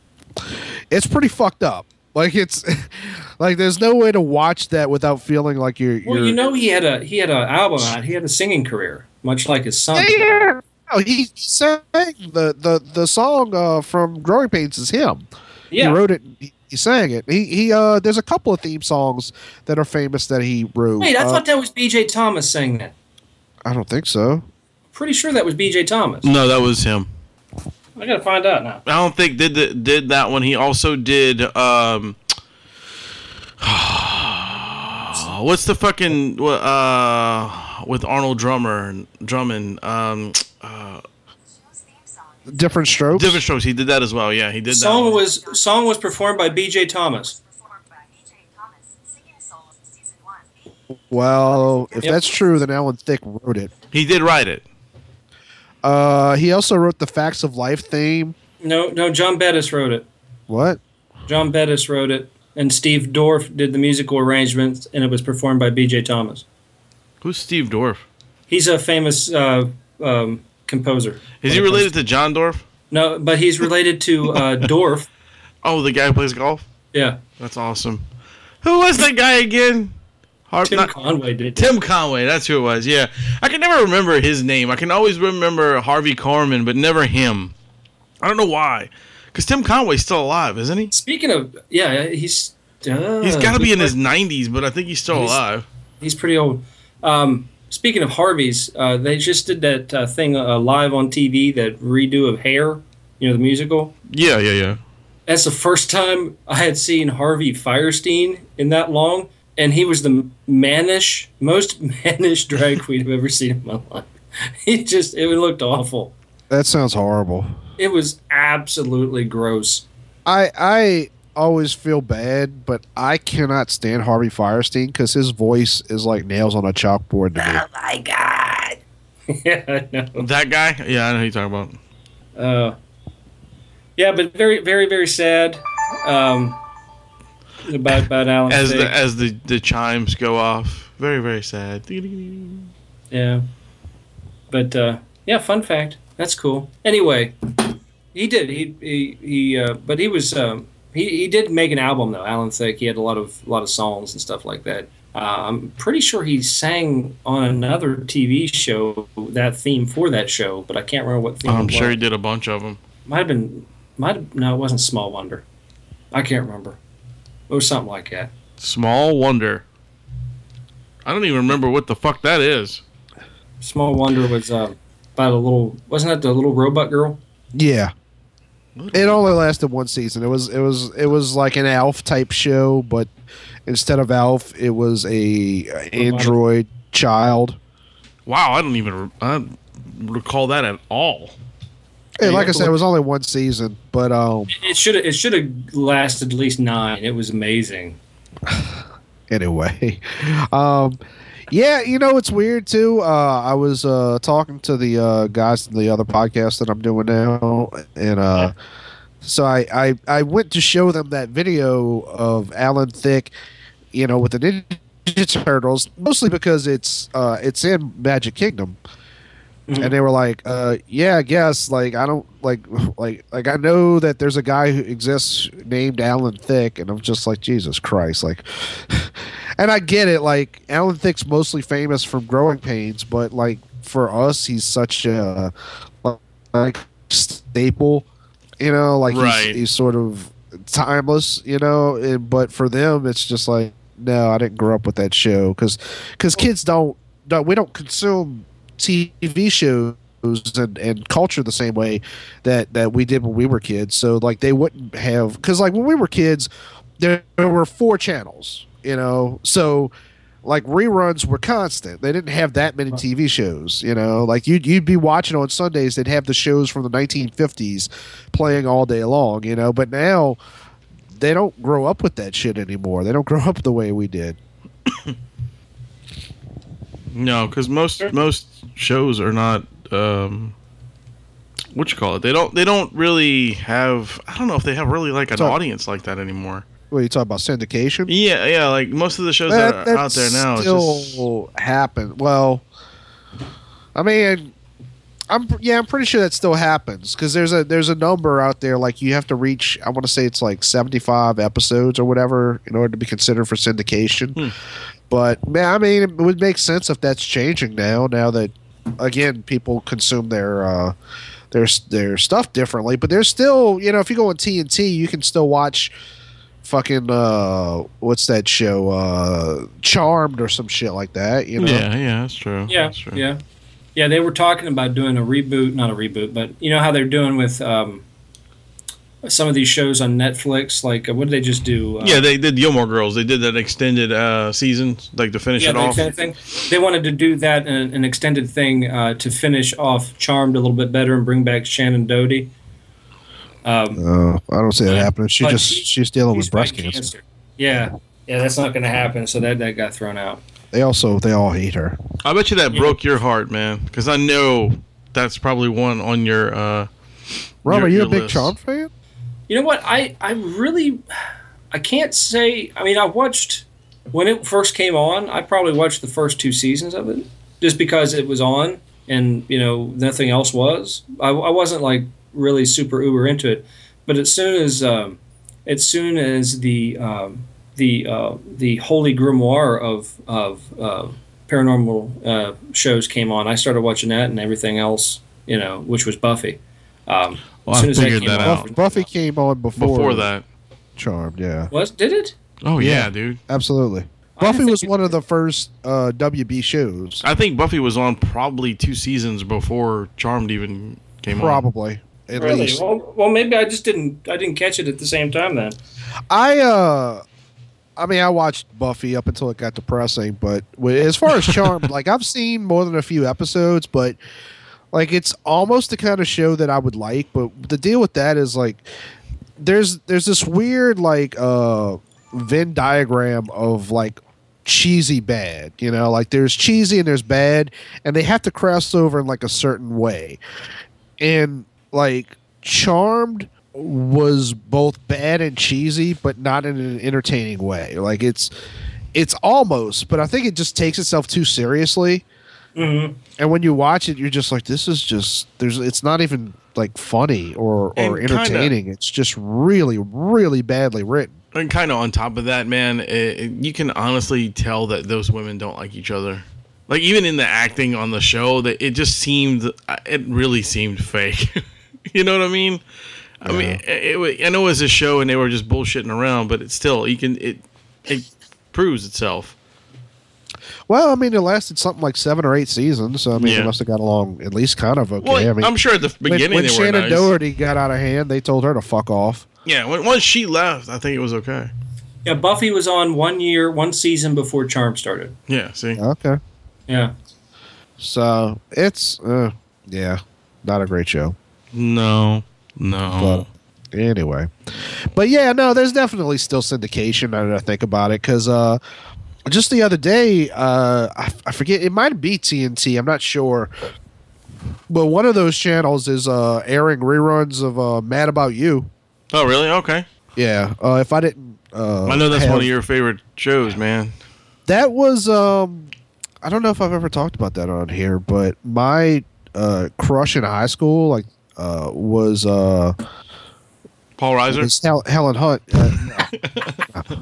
it's pretty fucked up like it's [laughs] like there's no way to watch that without feeling like you're, Well, you're you know, he had a he had an album out. He had a singing career, much like his son. Yeah. Oh, he sang the the the song uh, from Growing Pains is him. Yeah. He wrote it. and He, he sang it. He he. Uh, there's a couple of theme songs that are famous that he wrote. Wait, I Uh, thought that was B.J. Thomas saying that. I don't think so. Pretty sure that was B.J. Thomas. No, that was him. I gotta find out now. I don't think did the, did that one. He also did. um [sighs] What's the fucking wha- uh with Arnold Drummer Drummond? Um, Different strokes. different strokes. He did that as well. Yeah, he did that. Song one. was song was performed by B.J. Thomas. Well, if Yep. that's true, then Alan Thicke wrote it. he did write it. Uh, he also wrote the Facts of Life theme. No, no, John Bettis wrote it. What? John Bettis wrote it, and Steve Dorff did the musical arrangements, and it was performed by B.J. Thomas. Who's Steve Dorff? He's a famous uh, um, composer. Is he related to John Dorff? No, but he's related to [laughs] uh, Dorff. Oh, the guy who plays golf. Yeah, That's awesome. Who was that guy again? Har- Tim not- Conway did. it. Tim Conway, that's who it was. Yeah, I can never remember his name. I can always remember Harvey Korman, but never him. I don't know why, because Tim Conway's still alive, isn't he? Speaking of, yeah, he's uh, He's got to be in his nineties, but I think he's still He's- alive. He's pretty old. Um, speaking of Harvey's, uh, they just did that uh, thing uh, live on TV, that redo of Hair, you know, the musical. Yeah, yeah, yeah. That's the first time I had seen Harvey Firestein in that long, and he was the mannish, most [laughs] mannish drag queen I've ever seen in my life. [laughs] He just, it looked awful. That sounds horrible. It was absolutely gross. [laughs] I I always feel bad, but I cannot stand Harvey Firestein because his voice is like nails on a chalkboard to me. yeah, I know. That guy. Yeah, I know who you're talking about. Uh, yeah, but very, very, very sad. Um, about about Alan. As Thicke. the as the the chimes go off, very very sad. yeah, but uh, yeah, fun fact. That's cool. Anyway, he did. He he, he uh, but he was um, he he did make an album though. Alan Thicke. He had a lot of lot of songs and stuff like that. Uh, I'm pretty sure he sang on another TV show that theme for that show, but I can't remember what theme. I'm it sure was. he did a bunch of them. might have been might have, no it wasn't small wonder i can't remember it was something like that Small wonder. I don't even remember what the fuck that is. small wonder was uh, about a little wasn't that the little robot girl Yeah. It only lasted one season. It was it was it was like an Alf type show, but instead of Alf, it was a android child. Wow, I don't even re- I don't recall that at all. Hey, like I Yeah. said, it was only one season, but um, [laughs] it should it should have lasted at least nine it was amazing anyway, um, yeah, you know it's weird too. Uh, I was uh, talking to the uh, guys in the other podcast that I'm doing now, and uh, so I, I I went to show them that video of Alan Thicke, you know, with the Ninja Turtles, mostly because it's uh, it's in Magic Kingdom. And they were like, uh, "Yeah, I guess. Like, I don't like, [sighs] like, like. I know that there's a guy who exists named Alan Thicke, and I'm just like, Jesus Christ! Like, [laughs] and I get it. Like, Alan Thicke's mostly famous from Growing Pains, but like for us, he's such a like staple. You know, like Right. he's, he's sort of timeless. You know, and, but for them, it's just like, no, I didn't grow up with that show because kids don't, don't we don't consume TV shows and, and culture the same way that that we did when we were kids. So like they wouldn't have because like when we were kids, there, there were four channels, you know. So like reruns were constant. They didn't have that many TV shows, you know. Like you'd you'd be watching on Sundays, they'd have the shows from the 1950s playing all day long, you know. But now they don't grow up with that shit anymore. They don't [laughs] grow up the way we did. No, because most most shows are not um, what you call it. They don't they don't really have. I don't know if they have really like an Sorry. audience like that anymore. What are you talking about syndication? Yeah, yeah. Like most of the shows that, are out there now, still it's just happen. Well, I mean, I'm yeah, I'm pretty sure that still happens because there's a there's a number out there like you have to reach. I want to say it's like 75 episodes or whatever in order to be considered for syndication. But man, I mean, it would make sense if that's changing now. Now that again, people consume their. uh their, their stuff differently, but there's still, you know, if you go on TNT, you can still watch fucking uh what's that show uh charmed or some shit like that you know yeah, yeah. That's true. Yeah, that's true. yeah, yeah. They were talking about doing a reboot, not a reboot, but you know how they're doing with um, some of these shows on Netflix. Like, uh, what did they just do? Uh, Yeah, they did Gilmore Girls. They did that extended uh, season, like to finish yeah, it the off. extended thing. They wanted to do that in an extended thing uh, to finish off Charmed a little bit better and bring back Shannon Doty. Um, Uh, i don't see that happening she But just he- she's dealing he's Oh, with breast got cancer. Yeah, yeah, that's not going to happen. So that that got thrown out. they also they all hate her I bet you that Yeah. broke your heart, man, because I know that's probably one on your. Uh, rob Your- are you your a big list. charmed fan You know what? I I really I can't say. I mean, I watched when it first came on. I probably watched the first two seasons of it just because it was on, and you know nothing else was. I, I wasn't like really super uber into it, but as soon as um, as soon as the um, the uh, the holy grimoire of of uh, paranormal uh, shows came on, I started watching that and everything else. You know, which was Buffy. Um, Well, I figured that out. buffy, buffy came on before, before that. charmed yeah Was did it? Oh yeah, Yeah. dude. absolutely don't buffy think was it- one of the first uh wb shows I think Buffy was on probably two seasons before Charmed even came on. probably at Really? least Well, well, maybe I just didn't. I didn't catch it at the same time then. I uh I mean I watched Buffy up until it got depressing, but wi- as far as [laughs] Charmed, like I've seen more than a few episodes, but like it's almost the kind of show that I would like, but the deal with that is like there's there's this weird like uh Venn diagram of like cheesy bad, you know, like there's cheesy and there's bad and they have to cross over in like a certain way and like charmed was both bad and cheesy but not in an entertaining way like it's it's almost but i think it just takes itself too seriously Mm-hmm. and when you watch it you're just like this is just there's it's not even like funny or or And kinda- entertaining it's just really really badly written And kind of on top of that, man, it, it- you can honestly tell that those women don't like each other. Like even in the acting on the show, that it just seemed, it really seemed fake. [laughs] you know what I mean? I mean, it, it, wa- I know it was a show and they were just bullshitting around, but it's still you can it it proves itself. well i mean it lasted something like seven or eight seasons so i mean Yeah. it must have got along at least kind of okay Well, i mean I'm sure at the when, beginning when they were shannon nice. doherty got out of hand they told her to fuck off Yeah, when, once she left, I think it was okay. Yeah, Buffy was on one year, one season before Charm started. Yeah, see, okay Yeah, So it's uh, yeah, not a great show. no, no, Anyway, but yeah, no, there's definitely still syndication. Now that I think about it, because uh, just the other day, uh, I, I forget it might be TNT. I'm not sure, but one of those channels is uh airing reruns of uh Mad About You. oh really? Okay, Yeah, uh, if I didn't, uh, I know that's have- one of your favorite shows, man. that was um i don't know if i've ever talked about that on here but my uh crush in high school like uh was uh Paul Reiser. was Hel- helen hunt uh, [laughs] no.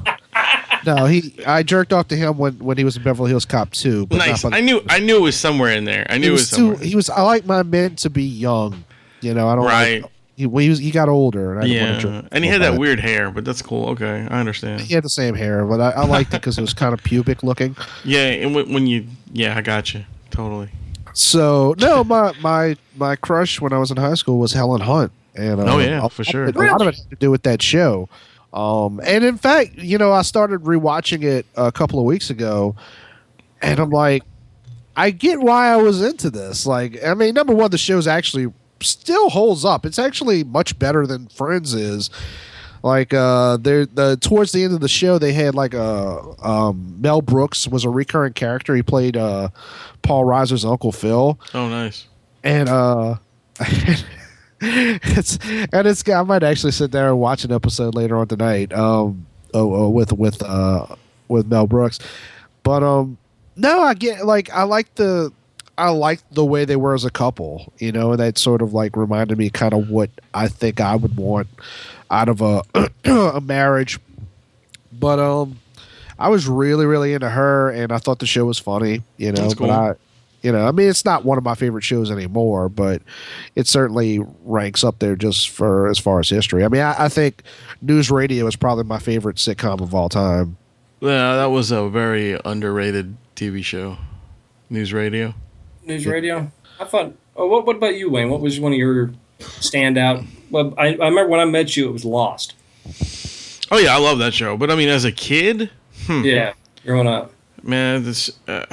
No, he i jerked off to him when when he was in beverly hills cop 2 but not Nice. by the- I knew. I knew it was somewhere in there. I knew he it was, was too somewhere. he was i like my men to be young you know i don't like- Right. he, well, he, was, he got older and I didn't wanna yeah, jerk and he off had by that weird hair, but that's cool. Okay, I understand. he had the same hair but i, I liked it because it was kind of pubic looking Yeah, and when, when you, yeah, I got you totally. So no, my my my crush when I was in high school was Helen Hunt, and uh, Oh, yeah, a- for sure. A lot of it had to do with that show. Um, and in fact, you know, I started rewatching it a couple of weeks ago, and I'm like, I get why I was into this. Like, I mean, number one, the show's actually still holds up. It's actually much better than Friends is. Like, uh, there the towards the end of the show, they had like a um, Mel Brooks was a recurring character. He played uh, Paul Reiser's Uncle Phil, Oh, nice. and uh, [laughs] it's and it's I might actually sit there and watch an episode later on tonight. Um, oh, oh, with with uh with Mel Brooks, but um, no, I get like I like the I like the way they were as a couple. You know, and that sort of like reminded me kind of what I think I would want out of a [clears throat] a marriage. But um, I was really really into her, and I thought the show was funny. You know, That's cool. but I. You know, I mean, it's not one of my favorite shows anymore, but it certainly ranks up there just for as far as history. I mean, I, I think News Radio is probably my favorite sitcom of all time. Yeah, that was a very underrated TV show. News radio. News radio. I thought. Oh, what, what about you, Wayne? What was one of your standout? Well, I, I remember when I met you, it was Lost. Oh yeah, I love that show. But I mean, as a kid, Hmm. Yeah, growing up. man, this uh,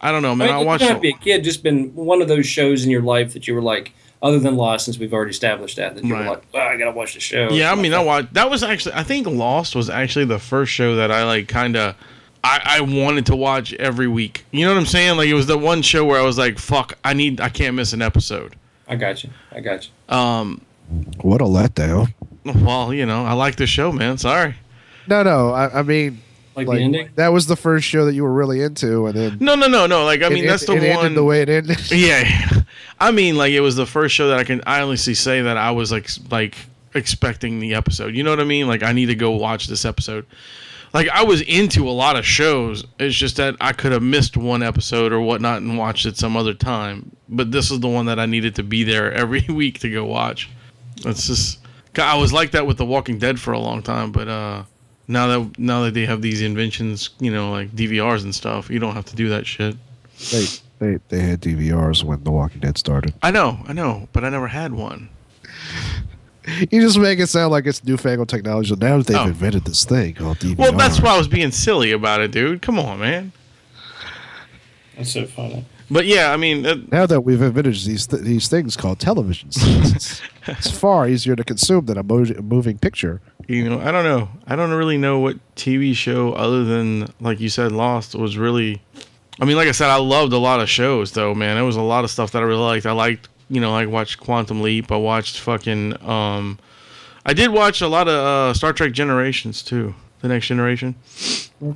I don't know, man. I, mean, watched. you gotta be a- a kid. Just been one of those shows in your life that you were like, other than Lost, since we've already established that, that you Right. were like, well, I gotta watch the show. Yeah, I mean, I watched. That was actually. I think Lost was actually the first show that I like. Kind of, I I wanted to watch every week. You know what I'm saying? Like it was the one show where I was like, "Fuck, I need. I can't miss an episode." I got you. I got you. Um. What a letdown! Well, you know, I like the show, man. Sorry. No, no, I, I mean, Like, like the ending. that was the first show that you were really into, and then No, no, no, no. Like I mean, it- that's it- the it ended one. the way it ended. [laughs] Yeah, I mean, like it was the first show that I can I honestly say that I was like s- like expecting the episode. You know what I mean? Like I need to go watch this episode. Like I was into a lot of shows. It's just that I could have missed one episode or whatnot and watched it some other time. But this is the one that I needed to be there [laughs] every week to go watch. It's just I was like that with The Walking Dead for a long time, but uh now that now that they have these inventions, you know, like DVRs and stuff, you don't have to do that shit. they, they they had DVRs when The Walking Dead started. I know, I know, but I never had one. You just make it sound like it's newfangled technology. Now that they've Oh. invented this thing called DVR. Well, that's why I was being silly about it, dude. Come on, man. That's so funny. But yeah, I mean, uh, Now that we've invented these th- these things called television, sets, [laughs] it's, it's far easier to consume than a mo- moving picture. you know, I don't know. I don't really know what TV show other than like you said, Lost was really. I mean, like I said, I loved a lot of shows though, man. It was a lot of stuff that I really liked. I liked, you know, I watched Quantum Leap. I watched fucking. um I did watch a lot of uh, Star Trek Generations too. The Next Generation.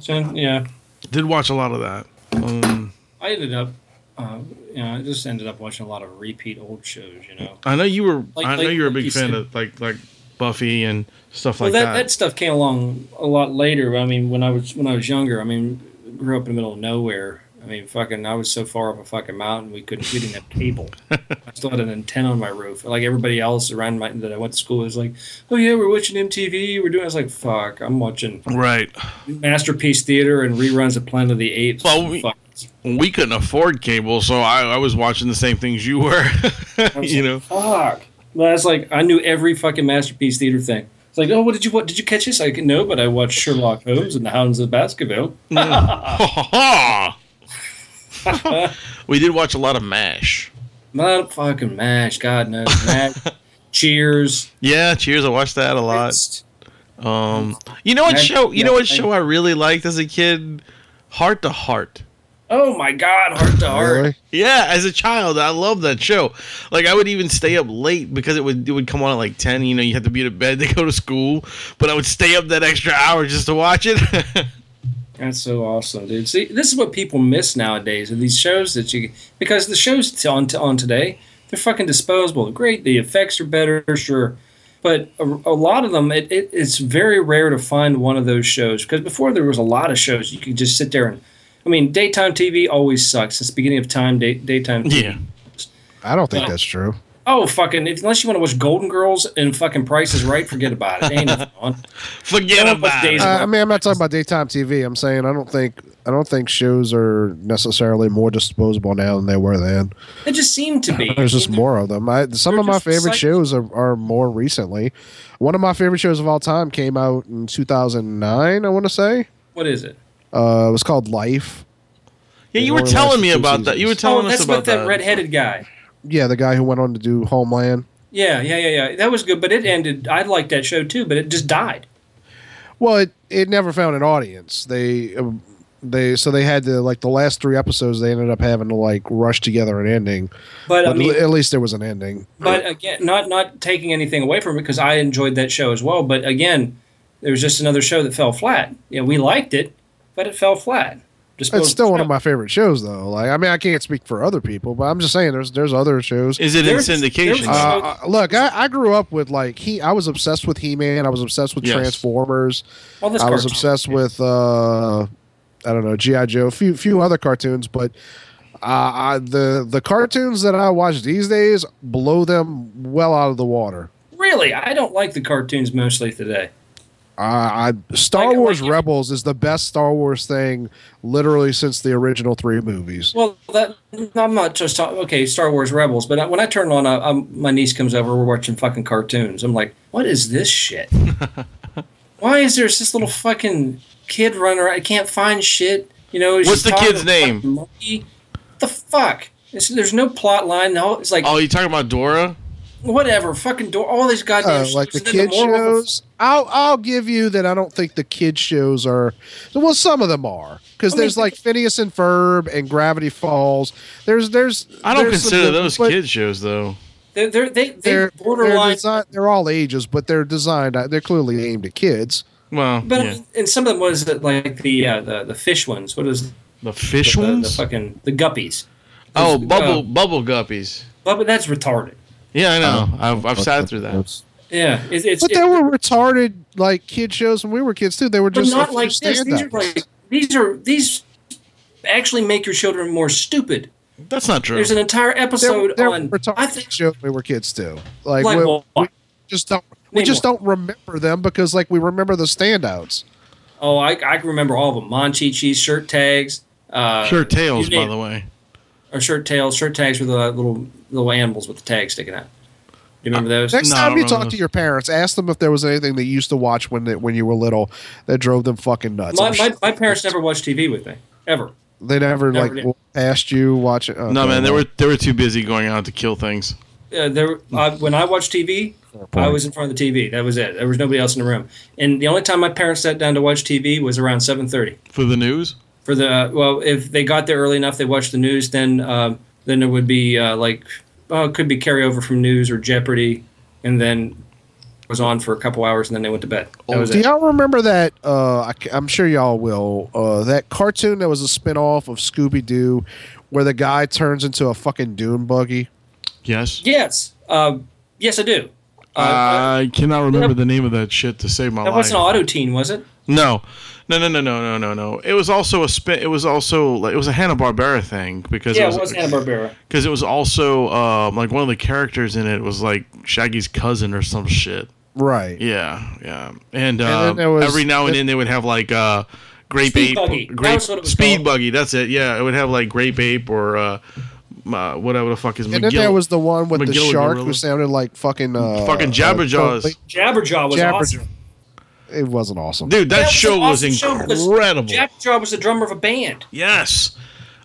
So, yeah, Did watch a lot of that. Um, I ended up. Uh, you know, I just ended up watching a lot of repeat old shows. You know, I know you were. Like- I know like- you were a like big you fan said. of like like Buffy and stuff well, like that, that stuff came along a lot later. I mean, when I was when I was younger, I mean, grew up in the middle of nowhere. I mean, fucking, I was so far up a fucking mountain we couldn't we didn't have cable. I still had an antenna on my roof. Like everybody else around my, that I went to school was like, "Oh yeah, we're watching MTV. We're doing." I was like, "Fuck, I'm watching Right. Masterpiece Theater and reruns of Planet of the Apes." Well, we- Fuck. we couldn't afford cable, so I, I was watching the same things you were. [laughs] I was you know, [laughs] like, Fuck. That's like I knew every fucking masterpiece theater thing. It's like, oh, what did you what did you catch this? I can no, but I watched Sherlock Holmes and the Hounds of Baskerville. [laughs] we did watch a lot of Mash. Motherfucking Mash, God knows Mash. Cheers. Yeah, Cheers. I watched that a lot. It's- Um, you know what Mash- show? You yeah, know what I- show I really liked as a kid? Heart to Heart. oh my God, heart to heart. Really? Yeah, as a child, I loved that show. Like I would even stay up late because it would it would come on at like ten. You know, you had to be to bed to [laughs] go to school, but I would stay up that extra hour just to watch it. [laughs] That's so awesome, dude. See, this is what people miss nowadays are these shows that you because the shows t- on t- on today they're fucking disposable. Great, the effects are better, sure, but a, a lot of them it, it it's very rare to find one of those shows because before there was a lot of shows you could just sit there and I mean daytime TV always sucks since the beginning of time. Day, daytime TV. yeah, I don't think Well- that's true. Oh fucking! If, unless you want to watch Golden Girls and fucking Price is Right, forget about it. Ain't nothing on. forget Well, it was about it. days- Uh, I mean, I'm not talking about daytime TV. I'm saying I don't think I don't think shows are necessarily more disposable now than they were then. It just seemed to be. [laughs] There's just more of them. I, some They're of my just favorite recycled. shows are, are more recently. One of my favorite shows of all time came out in 2009. I want to say What is it? uh, it was called Life. Yeah, you were only telling lasted me two about that. You were seasons. telling oh, us that's about with that, that. redheaded guy. Yeah, the guy who went on to do Homeland. Yeah, yeah, yeah, yeah. That was good, but it ended. I liked that show too, but it just died. Well, it, it never found an audience. They um, they so they had to like the last three episodes. They ended up having to like rush together an ending. But, But I mean, l- at least there was an ending. but again, not not taking anything away from it because I enjoyed that show as well. But again, there was just another show that fell flat. Yeah, we liked it, but it fell flat. Just It's still one of my favorite shows, though. Like, I mean, I can't speak for other people, but I'm just saying there's there's other shows. Is it in There's- syndication? there's- though? Uh, uh, look, I, I grew up with like he. I was obsessed with He Man. I was obsessed with Yes. Transformers. all this I was cartoon. obsessed with uh, I don't know GI Joe, few few other cartoons, but uh, I, the the cartoons that I watch these days blow them well out of the water. Really, I don't like the cartoons mostly today. I, I Star Like- Wars like- Rebels is the best Star Wars thing literally since the original three movies. Well, that I'm not just talking. Okay, Star Wars Rebels, but when I turn on, I, I'm, my niece comes over. We're watching fucking cartoons. I'm like, what is this [laughs] shit? Why is there this little fucking kid runner? I can't find shit. You know, What's the kid's name? Monkey. The fuck. It's, there's no plot line. No, it's like oh, you talking about Dora? whatever. Fucking door. All these goddamn. Uh, shows, like the and then kid moral of the- shows, I'll I'll give you that. I don't think the kid shows are well. Some of them are because I mean- there's like Phineas and Ferb and Gravity Falls. There's there's I don't there's some consider good those ones, but- kids shows though. They're, they're they they're they're They're, borderline. desi- they're all ages, but they're designed. uh, They're clearly aimed at kids. Well, But I yeah. mean, and some of them was it like the uh, the the fish ones. What is the fish the, the, ones? fucking the guppies? oh, uh, bubble bubble guppies. But, but that's retarded. Yeah, I know. I've, I've sat through that. Yeah, it's it's But it- there were retarded like kid shows when we were kids too. They were but just a not few like this. These are stand-ups. like these are these actually make your children more stupid. That's not true. There's an entire there, episode there on. were retarded I think shows when we were kids too. Like, Like we, what? we just don't we Name just one. don't remember them because like we remember the standouts. oh I I can remember all of them. Monchichi's shirt tags. Uh, Sure, tails. you By name- the way, Or shirt tails, shirt tags with the little little animals with the tags sticking out. You remember those? Next No, I time don't you remember talk to those. your parents, ask them if there was anything they used to watch when they, when you were little that drove them fucking nuts. my, I'm my, sure my parents never watched TV with me ever. they never, never like did. w- asked you watch it. no man, they were they were too busy going out to kill things. uh, there I, when I watched TV, I was in front of the TV. That was it. There was nobody else in the room. And the only time my parents sat down to watch TV was around seven thirty. For the news, For the uh, well, if they got there early enough, they watched the news. Then um, then there would be uh, like oh, it could be carryover from news or Jeopardy, and then was on for a couple hours, and then they went to bed. That was Oh, Do it. y'all remember that? Uh, I, am sure y'all will. Uh, that cartoon that was a spinoff of Scooby Doo, where the guy turns into a fucking dune buggy. yes. Yes, uh, yes, I do. I cannot remember the name of that shit to save my That life. wasn't Auto Teen, was it? No, no, no, no, no, no, no, no. It was also a spin. It was also like it was a Hanna Barbera thing because Yeah, it it was Hanna Barbera. because it was also um, like one of the characters in it was like Shaggy's cousin or some shit. Right. Yeah, yeah. And, then uh, there was- every now and then they would have like uh, grape Speed ape, buggy. That grape was what it was speed called. buggy. That's it. Yeah, it would have like grape ape or uh, m- uh, whatever the fuck is. And then there was the one with the McGill- shark Gorilla. who sounded like fucking uh, Fucking Jabberjaws. uh, Jabberjaw was Jabberjaw. awesome. it wasn't awesome. dude. That, That was show an was, awesome show because incredible. Jabberjaw was the drummer of a band. yes,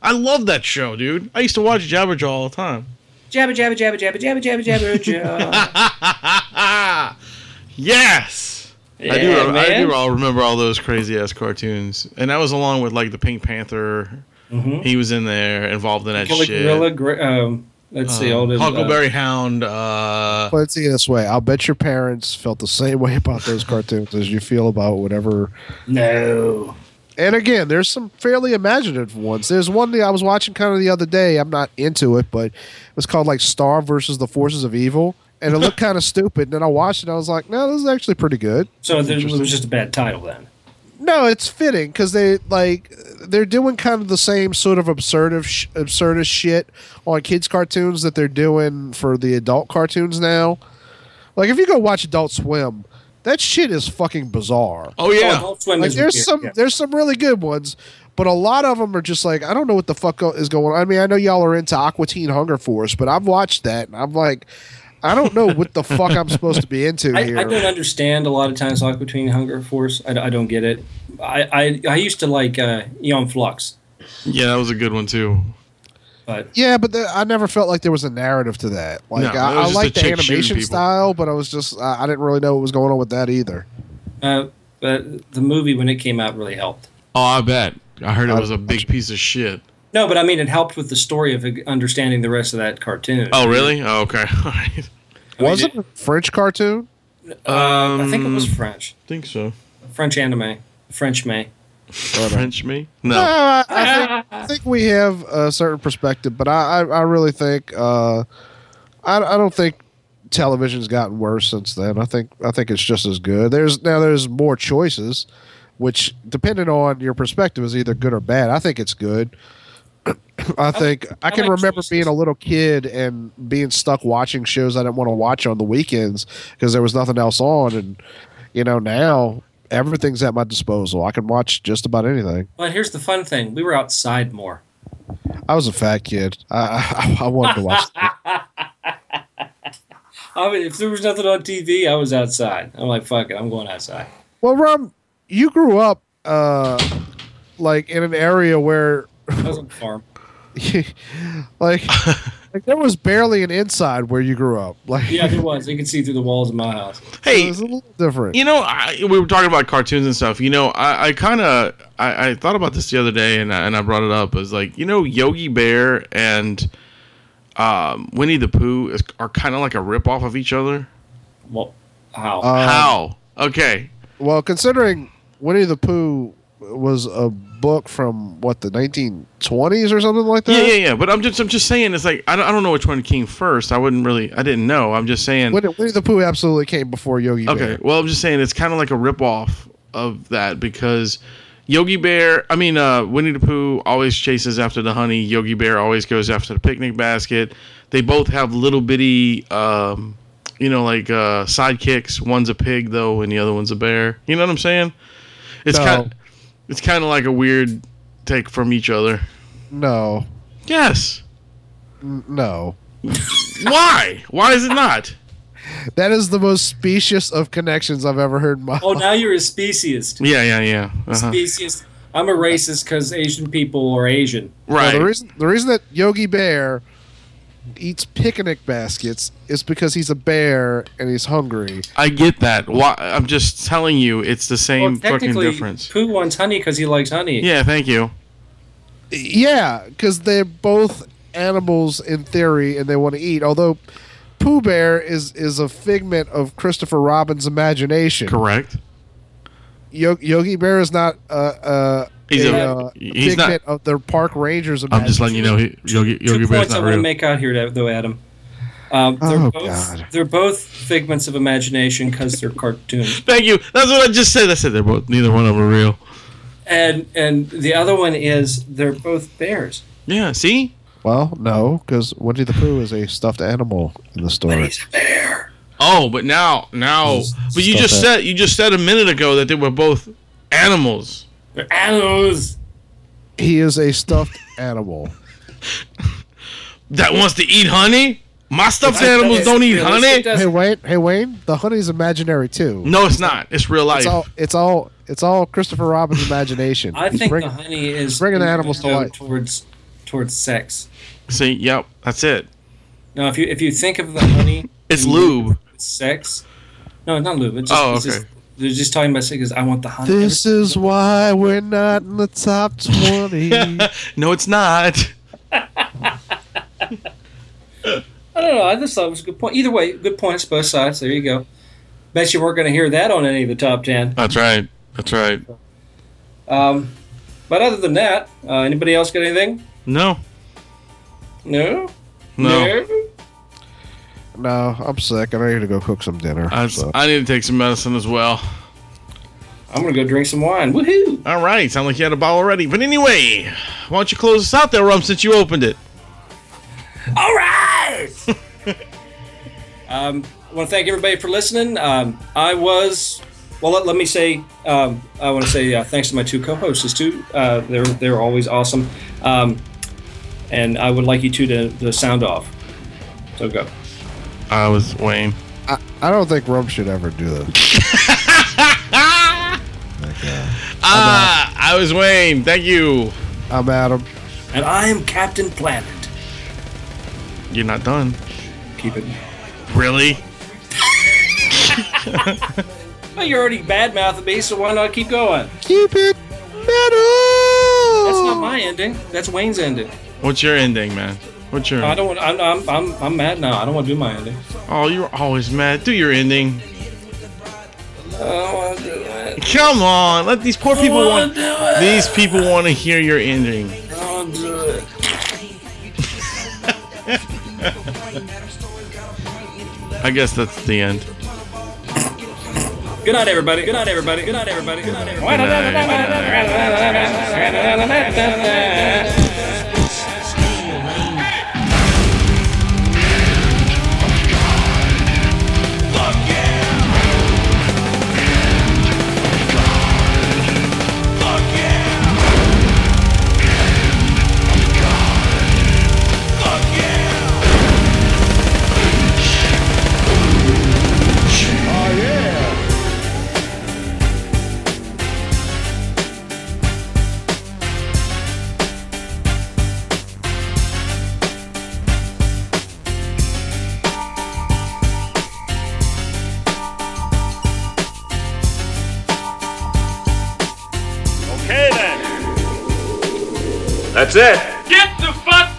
I love that show, dude. I used to watch Jabberjaw all the time. [laughs] Jabba jabba jabba jabba jabba jabba jabba jabba. Yes. I do. Yeah, I man. do all remember all those crazy ass cartoons, and that was along with like the Pink Panther. Mm-hmm. He was in there, involved in that Gorilla, shit. gorilla, gri- um, let's see, all those. Huckleberry Hound. Uh, But Let's see it this way. I'll bet your parents felt the same way about those cartoons as you feel about whatever. Uh, no. And again, there's some fairly imaginative ones. There's one that I was watching kind of the other day. I'm not into it, but it was called like Star versus the Forces of Evil, and it looked kind of stupid. And then I watched it, and I was like, no, this is actually pretty good. uh, So there, it was just a bad title then. No, it's fitting because they like they're doing kind of the same sort of absurdist sh- absurdist shit on kids cartoons that they're doing for the adult cartoons now. Like if you go watch Adult Swim, that shit is fucking bizarre. oh yeah. Adult Swim Like is there's weird, some yeah. there's some really good ones, but a lot of them are just like I don't know what the fuck go- is going on. I mean, I know y'all are into Aqua Teen Hunger Force, but I've watched that and I'm like I don't know what the fuck I'm supposed to be [laughs] into I, here. I don't understand a lot of times like between Hunger Force. I, I don't get it. I, I, I used to like uh, Eon Flux. Yeah, that was a good one too. But Yeah, but the, I never felt like there was a narrative to that. Like No, it was I, I just liked a the chick shooting animation people. style, but I was just I, I didn't really know what was going on with that either. uh, but the movie when it came out really helped. Oh, I bet. I heard it I- was a big piece of shit. No, but I mean it helped with the story of understanding the rest of that cartoon. Oh, really? Oh, okay. [laughs] All right. I mean, was it a French cartoon? I think it was Mm. Um, French, think so. French anime, French May. French me? No, No. I, I, [laughs] think, I think we have a certain perspective, but I I, I really think uh, I I don't think television's gotten worse since then. I think I think it's just as good. There's now there's more choices, which depending on your perspective is either good or bad. I think it's good. [clears throat] I think I I can like remember choices. being a little kid and being stuck watching shows I didn't want to watch on the weekends because there was nothing else on, and you know now everything's at my disposal. I can watch just about anything. But here's the fun thing: we were outside more. I was a fat kid. I [laughs] I, I wanted to watch. I mean, if there was nothing on TV, I was outside. I'm like, fuck it, I'm going outside. well, Rum, you grew up uh, like in an area where [laughs] I was on the farm. [laughs] like like there was barely an inside where you grew up. Like Yeah, there was. You could see through the walls of my house. [laughs] it Hey, was a little different. you know, I, we were talking about cartoons and stuff. You know, I, I kind of I, I thought about this the other day, and I, and I brought it up. It was like you know, Yogi Bear and um, Winnie the Pooh is, are kind of like a rip off of each other. Well, how? Uh, How? Okay. Well, considering Winnie the Pooh was a book from what the 1920s or something like that. Yeah, yeah, yeah. But I'm just I'm just saying it's like I don't, I don't know which one came first. I wouldn't really I didn't know. I'm just saying. Winnie, Winnie the Pooh absolutely came before Yogi Bear. Okay. Well, I'm just saying it's kind of like a ripoff of that because Yogi Bear, I mean, uh, Winnie the Pooh always chases after the honey. Yogi Bear always goes after the picnic basket. They both have little bitty, um, you know, like uh, sidekicks. One's a pig though, and the other one's a bear. You know what I'm saying? It's No. kind, it's kind of like a weird take from each other. No, Yes. N- no. Why? Why is it not? That is the most specious of connections I've ever heard in my oh, now you're a speciest. Yeah, yeah, yeah. Uh-huh. Speciest. I'm a racist because Asian people are Asian. Well, Right. the reason the reason that Yogi Bear eats picnic baskets is because he's a bear and he's hungry. I get that. Why, I'm just telling you, it's the Well, same fucking technically, difference. Pooh wants honey because he likes honey. Yeah, thank you. Yeah, because they're both animals in theory, and they want to eat. Although Pooh Bear is is a figment of Christopher Robin's imagination. Correct. Yo- Yogi Bear is not uh, uh, He's a, a- uh, he's not- figment of their park rangers. I'm just imagination. letting you know, he, Yogi, Yogi Two Bear's points I not want to real. make out here, though, Adam. Um, they're, Oh, both, God. they're both figments of imagination because they're cartoons. Thank you. That's what I just said. I said they're both. Neither one of them are real. And and the other one is they're both bears. Yeah. See. well, no, because Winnie the Pooh is a stuffed animal in the story. He's a bear. Oh, but now, now, but you Stop just that. said you just said a minute ago that they were both animals. They're animals. He is a stuffed [laughs] animal. That wants to eat honey. My stuffed animals It's don't eat real. honey. It does- Hey Wayne, hey Wayne, the honey's imaginary too. No, it's not. It's real life. it's all it's all it's all Christopher Robin's imagination. I He's think bring- the honey is bringing the animals to window life. towards towards sex. See. Yep. That's it. Mm-hmm. Now, if you if you think of the honey, It's and lube. sex. No, not lube. It's just, Oh, it's just- okay. they're just talking about sex because I want the honey. this is why we're not in the top twenty. [laughs] no, it's not. I don't know. I just thought it was a good point. Either way, good points both sides. There you go. Bet you weren't going to hear that on any of the top ten. That's right. That's right. Um, but other than that, uh, anybody else got anything? No. No. No. no, I'm sick. I'm ready to go cook some dinner. I, so. I need to take some medicine as well. I'm gonna go drink some wine. Woohoo! All right, sound like you had a ball already. But anyway, why don't you close us out there, Rum, since you opened it? All [laughs] right. um, I want to thank everybody for listening. Um, I was. Well, let, let me say, um, I want to say uh, thanks to my two co-hosts too. Uh, they're they're always awesome, um, and I would like you two to, to sound off. So go. I was Wayne. I, I don't think Rum should ever do this. like, uh, Ah, I was Wayne. Thank you. I'm Adam. And I am Captain Planet. You're not done. Keep it. Really? Well, you're already bad mouthing me, so why not keep going? Keep it metal. That's not my ending. That's Wayne's ending. What's your ending, man? What's your? I don't want. I'm. I'm. I'm, I'm mad now. I don't want to do my ending. Oh, you're always mad. Do your ending. I don't want to do it. Come on, let these poor people wanna want. do it. These people want to hear your ending. I don't want to do it. I guess that's the end. Good night, everybody. Good night, everybody. Good night, everybody. Good night, everybody. That's it. Get the fuck